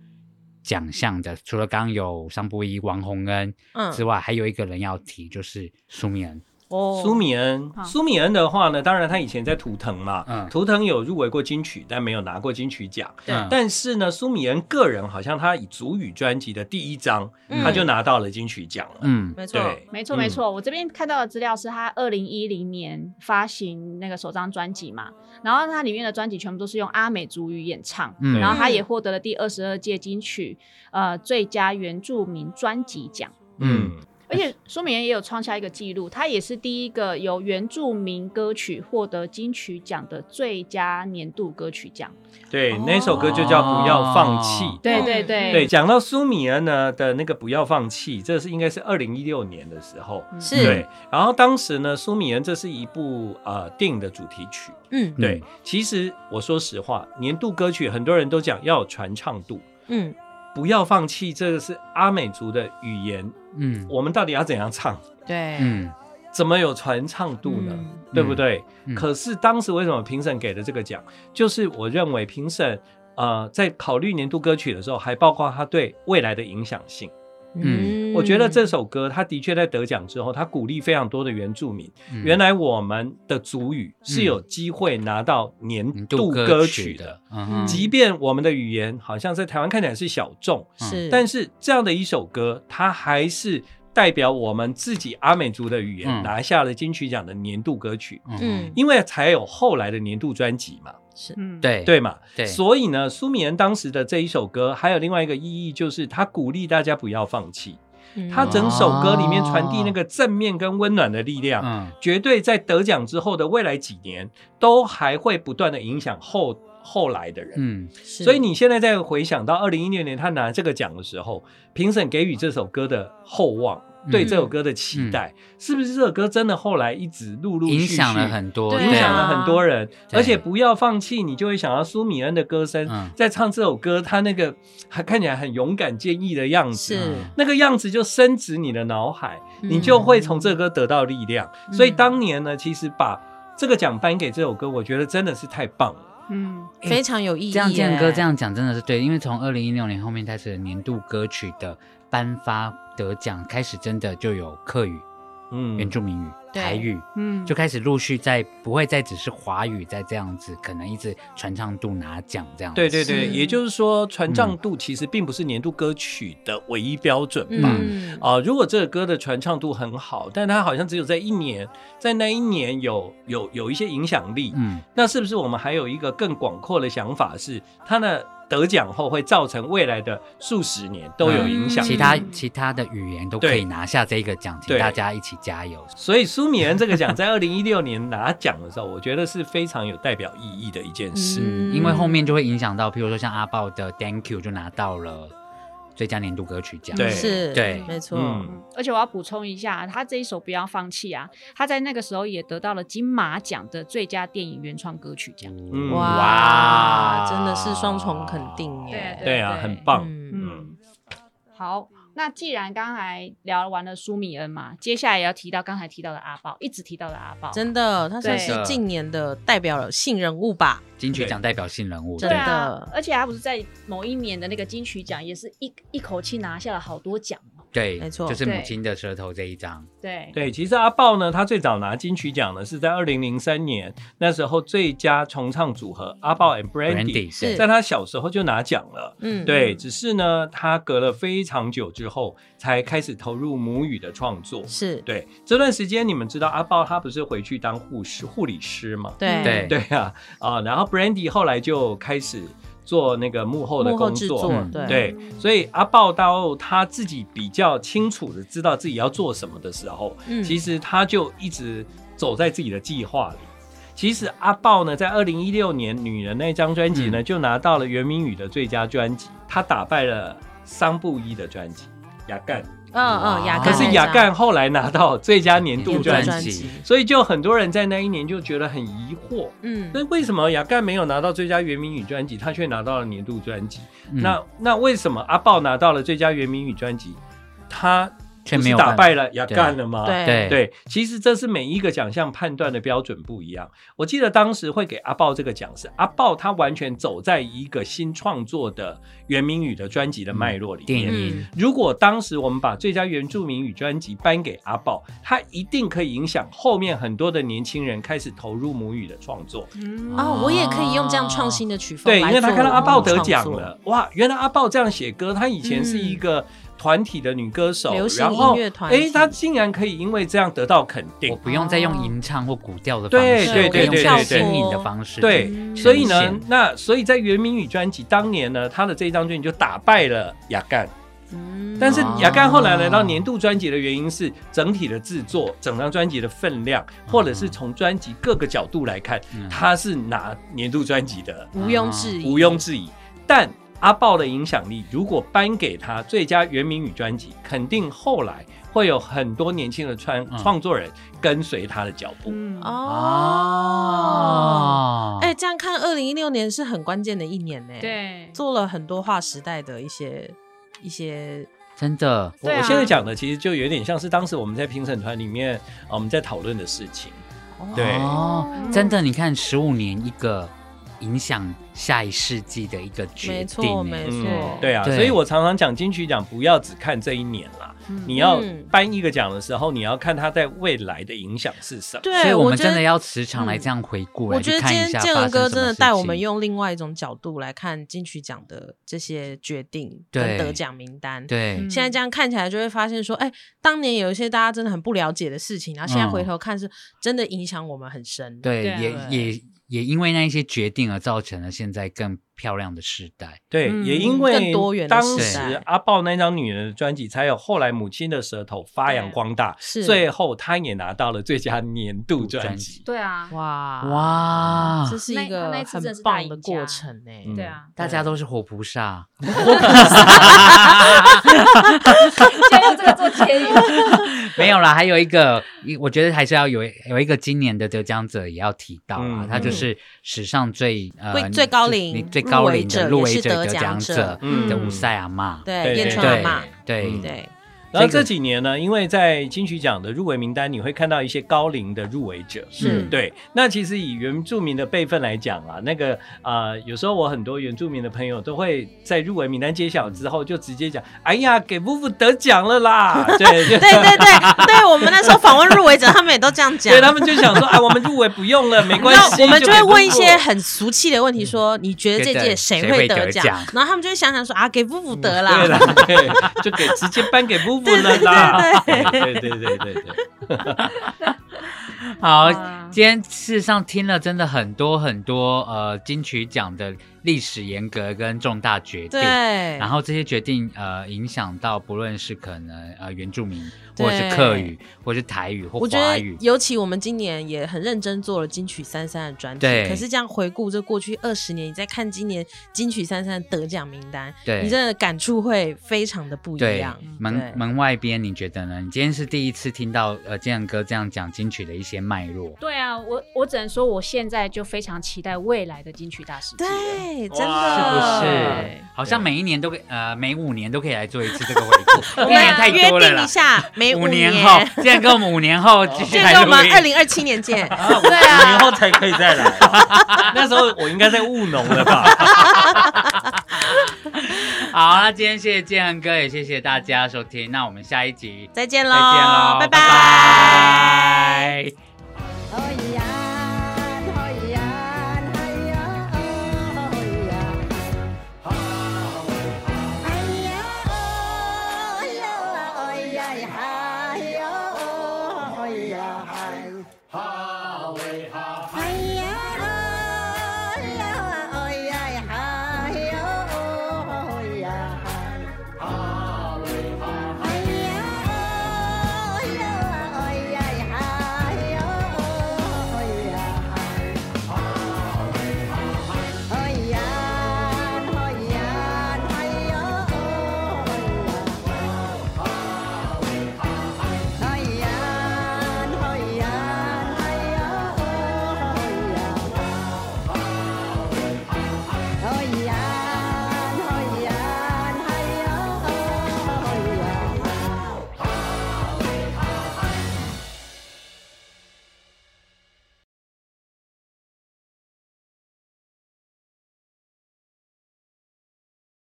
[SPEAKER 2] 奖项的，除了刚刚有桑布伊、王洪恩
[SPEAKER 3] 嗯
[SPEAKER 2] 之外，还有一个人要提，就是苏米恩。
[SPEAKER 4] 哦
[SPEAKER 1] 苏米恩
[SPEAKER 4] 好，
[SPEAKER 1] 苏米恩的话呢，当然他以前在图腾嘛，
[SPEAKER 2] 嗯
[SPEAKER 1] 图腾有入围过金曲，但没有拿过金曲奖。
[SPEAKER 4] 对
[SPEAKER 2] 嗯
[SPEAKER 1] 但是呢，苏米恩个人好像他以主语专辑的第一张，
[SPEAKER 3] 嗯
[SPEAKER 1] 他就拿到了金曲奖了。
[SPEAKER 2] 嗯，
[SPEAKER 3] 没错，
[SPEAKER 1] 对，
[SPEAKER 4] 没错
[SPEAKER 1] 嗯
[SPEAKER 4] 没错，我这边看到的资料是他二零一零年发行那个首张专辑嘛，然后它里面的专辑全部都是用阿美族语演唱，
[SPEAKER 2] 嗯
[SPEAKER 4] 然后他也获得了第二十二届金曲呃最佳原住民专辑奖。
[SPEAKER 1] 嗯，
[SPEAKER 4] 而且苏美妍也有创下一个记录，她也是第一个由原住民歌曲获得金曲奖的最佳年度歌曲奖。
[SPEAKER 1] 对
[SPEAKER 3] 哦，
[SPEAKER 1] 那首歌就叫《不要放弃》。
[SPEAKER 2] 哦
[SPEAKER 4] 对
[SPEAKER 3] 嗯
[SPEAKER 4] 对对
[SPEAKER 1] 对，讲到苏米恩呢的那个不要放弃，这是应该是二零一六年的时候，
[SPEAKER 4] 嗯
[SPEAKER 3] 是
[SPEAKER 1] 对。然后当时呢，苏米恩这是一部呃电影的主题曲，
[SPEAKER 3] 嗯
[SPEAKER 1] 对。其实我说实话，年度歌曲很多人都讲要有传唱度，
[SPEAKER 3] 嗯，
[SPEAKER 1] 不要放弃，这个是阿美族的语言，
[SPEAKER 2] 嗯
[SPEAKER 1] 我们到底要怎样唱，
[SPEAKER 3] 对，
[SPEAKER 2] 嗯
[SPEAKER 1] 怎么有传唱度呢？
[SPEAKER 3] 嗯
[SPEAKER 1] 对不对？
[SPEAKER 2] 嗯
[SPEAKER 1] 可是当时为什么评审给的这个奖，就是我认为评审呃在考虑年度歌曲的时候，还包括它对未来的影响性。
[SPEAKER 2] 嗯
[SPEAKER 1] 我觉得这首歌，它的确在得奖之后，它鼓励非常多的原住民。
[SPEAKER 2] 嗯
[SPEAKER 1] 原来我们的族语是有机会拿到年
[SPEAKER 2] 年
[SPEAKER 1] 度
[SPEAKER 2] 度
[SPEAKER 1] 歌
[SPEAKER 2] 嗯歌
[SPEAKER 1] 曲
[SPEAKER 2] 曲
[SPEAKER 1] 的
[SPEAKER 2] 的，，嗯哼
[SPEAKER 1] 即便我们的语言好像在台湾看起来是小众，
[SPEAKER 3] 是，
[SPEAKER 1] 但是这样的一首歌，它还是代表我们自己阿美族的语言
[SPEAKER 2] 嗯
[SPEAKER 1] 拿下了金曲奖的年度歌曲，
[SPEAKER 2] 嗯哼
[SPEAKER 3] 嗯
[SPEAKER 1] 因为才有后来的年度专辑嘛，
[SPEAKER 3] 是
[SPEAKER 4] 嗯，
[SPEAKER 2] 对
[SPEAKER 1] 对嘛？
[SPEAKER 2] 对，
[SPEAKER 1] 所以呢，苏米恩当时的这一首歌，还有另外一个意义就是，他鼓励大家不要放弃。嗯
[SPEAKER 2] 嗯
[SPEAKER 1] 他整首
[SPEAKER 3] 哦
[SPEAKER 1] 歌里面传递那个正面跟温暖的力量，
[SPEAKER 2] 哦嗯
[SPEAKER 1] 绝对在得奖之后的未来几年，都还会不断的影响后后来的人。
[SPEAKER 2] 嗯
[SPEAKER 1] 所以你现在再回想到二零一六年他拿这个奖的时候，评审给予这首歌的厚望，
[SPEAKER 2] 嗯
[SPEAKER 1] 对这首歌的期待，是不是这首歌真的后来一直陆陆续续
[SPEAKER 2] 影响了很多，
[SPEAKER 3] 对
[SPEAKER 1] 影响了
[SPEAKER 3] 啊
[SPEAKER 1] 很多人？
[SPEAKER 2] 对
[SPEAKER 1] 而且不要放弃，你就会想到苏米恩的歌声，
[SPEAKER 2] 嗯
[SPEAKER 1] 在唱这首歌，他那个还看起来很勇敢坚毅的样子，
[SPEAKER 3] 是
[SPEAKER 2] 嗯
[SPEAKER 1] 那个样子就深植你的脑海，你就会从这首歌得到力量。
[SPEAKER 3] 嗯
[SPEAKER 1] 所以当年呢，其实把这个奖颁给这首歌，我觉得真的是太棒了。
[SPEAKER 4] 嗯，
[SPEAKER 3] 非常有意义耶。
[SPEAKER 2] 这样建哥这样讲真的是对，因为从二零一六年后面开始，年度歌曲的颁发得奖开始，真的就有客语、
[SPEAKER 1] 嗯，
[SPEAKER 2] 原住民语、
[SPEAKER 3] 对
[SPEAKER 2] 台语，
[SPEAKER 4] 嗯，
[SPEAKER 2] 就开始陆续在不会再只是华语在这样子，可能一直传唱度拿奖这样子。
[SPEAKER 1] 对对对，
[SPEAKER 3] 是嗯
[SPEAKER 1] 也就是说，传唱度其实并不是年度歌曲的唯一标准吧。
[SPEAKER 3] 嗯，
[SPEAKER 1] 啊、如果这个歌的传唱度很好，但它好像只有在一年，在那一年有有有一些影响力，
[SPEAKER 2] 嗯，
[SPEAKER 1] 那是不是我们还有一个更广阔的想法是，它的得奖后会造成未来的数十年都有影响？
[SPEAKER 3] 嗯
[SPEAKER 2] 其他其他的语言都可
[SPEAKER 1] 对
[SPEAKER 2] 以拿下这个奖，请
[SPEAKER 1] 对
[SPEAKER 2] 大家一起加油。
[SPEAKER 1] 所以苏米恩这个奖在二零一六年拿奖的时候，我觉得是非常有代表意义的一件事。
[SPEAKER 3] 嗯
[SPEAKER 2] 因为后面就会影响到，譬如说像阿豹的《Thank You》就拿到了最佳年度歌曲奖。
[SPEAKER 1] 对
[SPEAKER 3] 是，
[SPEAKER 2] 对
[SPEAKER 3] 没错，
[SPEAKER 1] 嗯，
[SPEAKER 4] 而且我要补充一下，啊他这一首《不要放弃》啊，他在那个时候也得到了金马奖的最佳电影原创歌曲奖。
[SPEAKER 3] 哦
[SPEAKER 1] 嗯
[SPEAKER 3] 哇，真的是双重肯定耶。
[SPEAKER 1] 对啊，
[SPEAKER 4] 对
[SPEAKER 1] 很棒。
[SPEAKER 3] 嗯，
[SPEAKER 4] 嗯，好，那既然刚才聊完了苏米恩嘛，接下来也要提到刚才提到的阿豹，一直提到的阿豹，
[SPEAKER 3] 真的，他算
[SPEAKER 4] 对
[SPEAKER 3] 是近年的代表性人物吧。
[SPEAKER 2] 金曲奖代表性人物，
[SPEAKER 4] 对
[SPEAKER 3] 真
[SPEAKER 2] 对
[SPEAKER 3] 的
[SPEAKER 4] 啊，而且他不是在某一年的那个金曲奖，也是一一口气拿下了好多奖嘛。
[SPEAKER 2] 对，
[SPEAKER 3] 没错
[SPEAKER 2] 就是
[SPEAKER 4] 对
[SPEAKER 2] 母亲的舌头这一张。
[SPEAKER 4] 对，
[SPEAKER 1] 对，其实阿豹呢，他最早拿金曲奖呢是在二零零三年，那时候最佳重唱组合阿豹 and Brandy，
[SPEAKER 2] Brandy
[SPEAKER 3] 是
[SPEAKER 1] 在他小时候就拿奖了。
[SPEAKER 3] 嗯，
[SPEAKER 1] 对，只是呢，他隔了非常久之后才开始投入母语的创作。
[SPEAKER 3] 是，
[SPEAKER 1] 对，这段时间你们知道阿豹他不是回去当护士、护理师吗？
[SPEAKER 3] 对
[SPEAKER 2] 对
[SPEAKER 1] 对啊，啊、然后 Brandy 后来就开始做那个幕后的
[SPEAKER 3] 幕后
[SPEAKER 1] 工
[SPEAKER 3] 制
[SPEAKER 1] 作，
[SPEAKER 3] 作，
[SPEAKER 2] 嗯
[SPEAKER 3] 对，
[SPEAKER 1] 对，所以阿豹到他自己比较清楚的知道自己要做什么的时候，
[SPEAKER 3] 嗯
[SPEAKER 1] 其实他就一直走在自己的计划里。其实阿豹呢，在二零一六年《女人》那张专
[SPEAKER 3] 嗯
[SPEAKER 1] 辑呢，就拿到了袁明宇的最佳专辑，他打败了桑布伊的专辑。雅干，
[SPEAKER 3] 嗯嗯，
[SPEAKER 2] 啊
[SPEAKER 3] 雅
[SPEAKER 1] 可
[SPEAKER 3] 干
[SPEAKER 1] 是
[SPEAKER 3] 那
[SPEAKER 1] 雅
[SPEAKER 3] 张嗯
[SPEAKER 1] 干后来拿到最佳年度
[SPEAKER 3] 年度
[SPEAKER 1] 专
[SPEAKER 3] 专
[SPEAKER 1] 辑，
[SPEAKER 3] 辑，
[SPEAKER 1] 所以就很多人在那一年就觉得很疑惑，
[SPEAKER 3] 嗯
[SPEAKER 1] 那为什么雅干没有拿到最佳原名语专辑，他却拿到了年度专辑？
[SPEAKER 2] 嗯
[SPEAKER 1] 那那为什么阿豹拿到了最佳原名语专辑，他
[SPEAKER 2] 却
[SPEAKER 1] 不
[SPEAKER 2] 没
[SPEAKER 1] 是
[SPEAKER 2] 有
[SPEAKER 1] 打
[SPEAKER 2] 办
[SPEAKER 1] 败了雅干了吗？
[SPEAKER 3] 对
[SPEAKER 2] 对
[SPEAKER 1] 对，其实这是每一个奖项判断的标准不一样。我记得当时会给阿豹这个奖是阿豹，他完全走在一个新创作的原名语的专辑的脉络里
[SPEAKER 2] 嗯电
[SPEAKER 1] 面。
[SPEAKER 3] 嗯
[SPEAKER 2] 影，
[SPEAKER 1] 如果当时我们把最佳原住民语专辑颁给阿豹，他一定可以影响后面很多的年轻人开始投入母语的创作。
[SPEAKER 4] 嗯
[SPEAKER 3] 哦，我也可以用这样创新的曲风
[SPEAKER 1] 对，
[SPEAKER 3] 来做
[SPEAKER 1] 因
[SPEAKER 3] 我
[SPEAKER 1] 为他
[SPEAKER 3] 的创作，嗯
[SPEAKER 1] 看到阿豹得
[SPEAKER 3] 哦
[SPEAKER 1] 奖了，哇，原来阿豹这样写歌，她以前是一个团体的女歌手，
[SPEAKER 3] 流行
[SPEAKER 1] 然后
[SPEAKER 3] 音乐团体
[SPEAKER 1] 哎，她竟然可以因为这样得到肯
[SPEAKER 2] 我
[SPEAKER 1] 定。
[SPEAKER 2] 不用再
[SPEAKER 3] 哦
[SPEAKER 2] 用吟唱或古调的方
[SPEAKER 1] 对
[SPEAKER 2] 式，
[SPEAKER 3] 对
[SPEAKER 2] 我可以
[SPEAKER 3] 对
[SPEAKER 2] 用
[SPEAKER 3] 对
[SPEAKER 2] 更
[SPEAKER 3] 对
[SPEAKER 2] 新颖的
[SPEAKER 3] 对
[SPEAKER 2] 方式，
[SPEAKER 1] 对
[SPEAKER 3] 嗯，
[SPEAKER 1] 所以
[SPEAKER 2] 呈
[SPEAKER 1] 呢
[SPEAKER 2] 现，
[SPEAKER 1] 那所以在原名语专辑当年呢，她的这张专辑就打败了雅干，
[SPEAKER 3] 嗯
[SPEAKER 1] 但是
[SPEAKER 2] 哦
[SPEAKER 1] 雅干后来来到年度专辑的原因是整体的制作、整张专辑的分量，或者是从专辑各个角度来看，
[SPEAKER 2] 嗯
[SPEAKER 1] 她是拿年度专辑
[SPEAKER 2] 啊
[SPEAKER 1] 的
[SPEAKER 3] 毋庸置疑，
[SPEAKER 1] 毋庸置疑。但阿豹的影响力，如果颁给他最佳原名语专辑，肯定后来会有很多年轻的创
[SPEAKER 2] 嗯
[SPEAKER 1] 创作人跟随他的脚步。
[SPEAKER 4] 嗯
[SPEAKER 2] 哦，
[SPEAKER 3] 哦。哎，这样看，二零一六年是很关键的一年呢。，
[SPEAKER 4] 对，
[SPEAKER 3] 做了很多划时代的一些一些，
[SPEAKER 2] 真的，
[SPEAKER 1] 我
[SPEAKER 4] 对啊
[SPEAKER 1] 我现在讲的其实就有点像是当时我们在评审团里面，呃我们在讨论的事情。对
[SPEAKER 2] 哦，真的，你看十五年一个影响下一世纪的一个决
[SPEAKER 3] 没
[SPEAKER 2] 定
[SPEAKER 3] 错
[SPEAKER 2] 哎
[SPEAKER 3] 没
[SPEAKER 1] 嗯
[SPEAKER 3] 错，，
[SPEAKER 1] 对啊，
[SPEAKER 2] 对
[SPEAKER 1] 所以我常常讲金曲奖不要只看这一年啦，
[SPEAKER 4] 嗯
[SPEAKER 3] 嗯
[SPEAKER 1] 你要颁一个奖的时候，你要看它在未来的影响是什么。
[SPEAKER 3] 对，
[SPEAKER 2] 所以我们
[SPEAKER 3] 觉得嗯
[SPEAKER 2] 真的要时常来这样回顾，
[SPEAKER 3] 我
[SPEAKER 2] 来
[SPEAKER 3] 觉
[SPEAKER 2] 去
[SPEAKER 3] 得今
[SPEAKER 2] 看一
[SPEAKER 3] 天
[SPEAKER 2] 下
[SPEAKER 3] 建
[SPEAKER 2] 发
[SPEAKER 3] 文
[SPEAKER 2] 生
[SPEAKER 3] 哥
[SPEAKER 2] 什
[SPEAKER 3] 真
[SPEAKER 2] 么
[SPEAKER 3] 的
[SPEAKER 2] 事
[SPEAKER 3] 带我们
[SPEAKER 2] 情。
[SPEAKER 3] 用另外一种角度来看金曲奖的这些决定跟
[SPEAKER 2] 对
[SPEAKER 3] 得奖名单。
[SPEAKER 2] 对，
[SPEAKER 4] 嗯
[SPEAKER 3] 现在这样看起来，就会发现说，哎、当年有一些大家真的很不了解的事情，然后现在
[SPEAKER 2] 嗯
[SPEAKER 3] 回头看，是真的影响我们很深。
[SPEAKER 2] 对，
[SPEAKER 4] 对啊
[SPEAKER 2] 也也也因为那一些决定而造成了现在更漂亮的时代。
[SPEAKER 1] 对，
[SPEAKER 4] 嗯
[SPEAKER 1] 也因
[SPEAKER 3] 更
[SPEAKER 1] 为
[SPEAKER 3] 多元的
[SPEAKER 1] 当
[SPEAKER 3] 时
[SPEAKER 1] 时
[SPEAKER 3] 代
[SPEAKER 1] 阿豹那张女人的专辑，才有后来《母亲的舌头》发扬光大，
[SPEAKER 3] 是
[SPEAKER 1] 最后她也拿到了最佳年度专
[SPEAKER 2] 专
[SPEAKER 1] 辑
[SPEAKER 2] 辑。
[SPEAKER 4] 对啊，
[SPEAKER 3] 哇
[SPEAKER 2] 哇
[SPEAKER 3] 这，是
[SPEAKER 4] 那
[SPEAKER 3] 一个
[SPEAKER 4] 他那一次
[SPEAKER 3] 很
[SPEAKER 4] 真的是大
[SPEAKER 3] 棒
[SPEAKER 4] 赢
[SPEAKER 3] 的过
[SPEAKER 4] 家
[SPEAKER 3] 程欸呢、
[SPEAKER 1] 嗯
[SPEAKER 4] 对啊，
[SPEAKER 2] 大家都是活菩萨，
[SPEAKER 1] 嗯
[SPEAKER 4] 现在用这个做结语，
[SPEAKER 2] 没有啦，还有一个，一我觉得还是要有有一个今年的得奖者也要提到啊，
[SPEAKER 1] 嗯
[SPEAKER 2] 他就是史上最呃
[SPEAKER 3] 最最高
[SPEAKER 2] 就
[SPEAKER 3] 龄
[SPEAKER 2] 你最
[SPEAKER 3] 入
[SPEAKER 2] 高
[SPEAKER 3] 围
[SPEAKER 2] 龄的
[SPEAKER 3] 者
[SPEAKER 2] 入
[SPEAKER 3] 也
[SPEAKER 2] 围
[SPEAKER 3] 是
[SPEAKER 2] 者
[SPEAKER 3] 得
[SPEAKER 2] 得
[SPEAKER 3] 奖
[SPEAKER 2] 奖
[SPEAKER 3] 者
[SPEAKER 2] 者
[SPEAKER 1] 嗯
[SPEAKER 2] 的五赛阿嬷，
[SPEAKER 3] 对，
[SPEAKER 1] 对
[SPEAKER 3] 燕
[SPEAKER 1] 对
[SPEAKER 3] 川阿
[SPEAKER 2] 对
[SPEAKER 3] 妈，
[SPEAKER 2] 对
[SPEAKER 1] 嗯
[SPEAKER 3] 对，
[SPEAKER 1] 然后
[SPEAKER 2] 这个
[SPEAKER 1] 这几年呢，因为在金曲奖的入围名单，你会看到一些高龄的入围者。
[SPEAKER 3] 是
[SPEAKER 2] 嗯
[SPEAKER 1] 对，那其实以原住民的辈分来讲啊，那个啊、呃有时候我很多原住民的朋友都会在入围名单揭晓之后，就直接讲：“哎呀，给夫妇得奖了啦！” 对，就
[SPEAKER 3] 对对对对，我们那时候访问入围者，他们也都这样讲
[SPEAKER 1] 对，。他们就想说：“哎，我们入围不用了，没关
[SPEAKER 3] 然后
[SPEAKER 1] 系。”
[SPEAKER 3] 我们就
[SPEAKER 1] 就
[SPEAKER 3] 会
[SPEAKER 1] 给
[SPEAKER 3] 问一
[SPEAKER 1] Vuvu
[SPEAKER 3] 些很俗气的问题，说你觉得这届谁会得
[SPEAKER 2] 谁
[SPEAKER 3] 奖
[SPEAKER 2] 会得奖？
[SPEAKER 3] 然后他们就会想想说啊，给布布得
[SPEAKER 1] 嗯对
[SPEAKER 3] 啦。
[SPEAKER 1] 啦，对，就给直接颁给布布了啦。
[SPEAKER 3] 对
[SPEAKER 1] 对对对对 对，嗯
[SPEAKER 2] 好，
[SPEAKER 4] 啊
[SPEAKER 2] 今天事实上听了真的很多很多呃金曲奖的历史沿革跟重大决定
[SPEAKER 3] 对，，
[SPEAKER 2] 然后这些决定呃影响到不论是可能呃原住民
[SPEAKER 3] 对
[SPEAKER 2] 或者是客语或者是台语或
[SPEAKER 3] 我觉得
[SPEAKER 2] 华语，
[SPEAKER 3] 尤其我们今年也很认真做了金曲三三的专题，
[SPEAKER 2] 对
[SPEAKER 3] 可是这样回顾这过去二十年，你再看今年金曲三三得奖名单，
[SPEAKER 2] 对
[SPEAKER 3] 你真的感触会非常的不一
[SPEAKER 2] 对
[SPEAKER 3] 样。对
[SPEAKER 2] 门门外边你觉得呢？你今天是第一次听到呃建阳哥这样讲金曲的一些脉络，
[SPEAKER 4] 对啊，我我只能说，我现在就非常期待未来的金曲大师。
[SPEAKER 3] 对，真
[SPEAKER 1] 哇
[SPEAKER 3] 的
[SPEAKER 1] 是
[SPEAKER 2] 是
[SPEAKER 1] 不
[SPEAKER 4] 对
[SPEAKER 2] 好像每一年都可以呃每五年都可以来做一次这个回顾，
[SPEAKER 3] 我
[SPEAKER 2] 五年太
[SPEAKER 3] 们约
[SPEAKER 2] 多了
[SPEAKER 3] 定
[SPEAKER 2] 啦
[SPEAKER 3] 一。下，每
[SPEAKER 2] 五
[SPEAKER 3] 年
[SPEAKER 2] 年后，建阳哥我们五年后继 续
[SPEAKER 3] 就
[SPEAKER 2] 来
[SPEAKER 3] 跟我们
[SPEAKER 2] 录音
[SPEAKER 3] 二零二七年见。
[SPEAKER 1] 啊，我
[SPEAKER 4] 啊
[SPEAKER 1] 五年后才可以再来。 那时候我应该在务农了吧？
[SPEAKER 2] 好，那今天谢谢建恒哥，也谢谢大家收听，那我们下一集
[SPEAKER 3] 再见
[SPEAKER 2] 再
[SPEAKER 3] 喽，
[SPEAKER 2] 见喽，
[SPEAKER 3] 拜
[SPEAKER 2] 拜拜
[SPEAKER 3] 拜
[SPEAKER 5] 哦呀，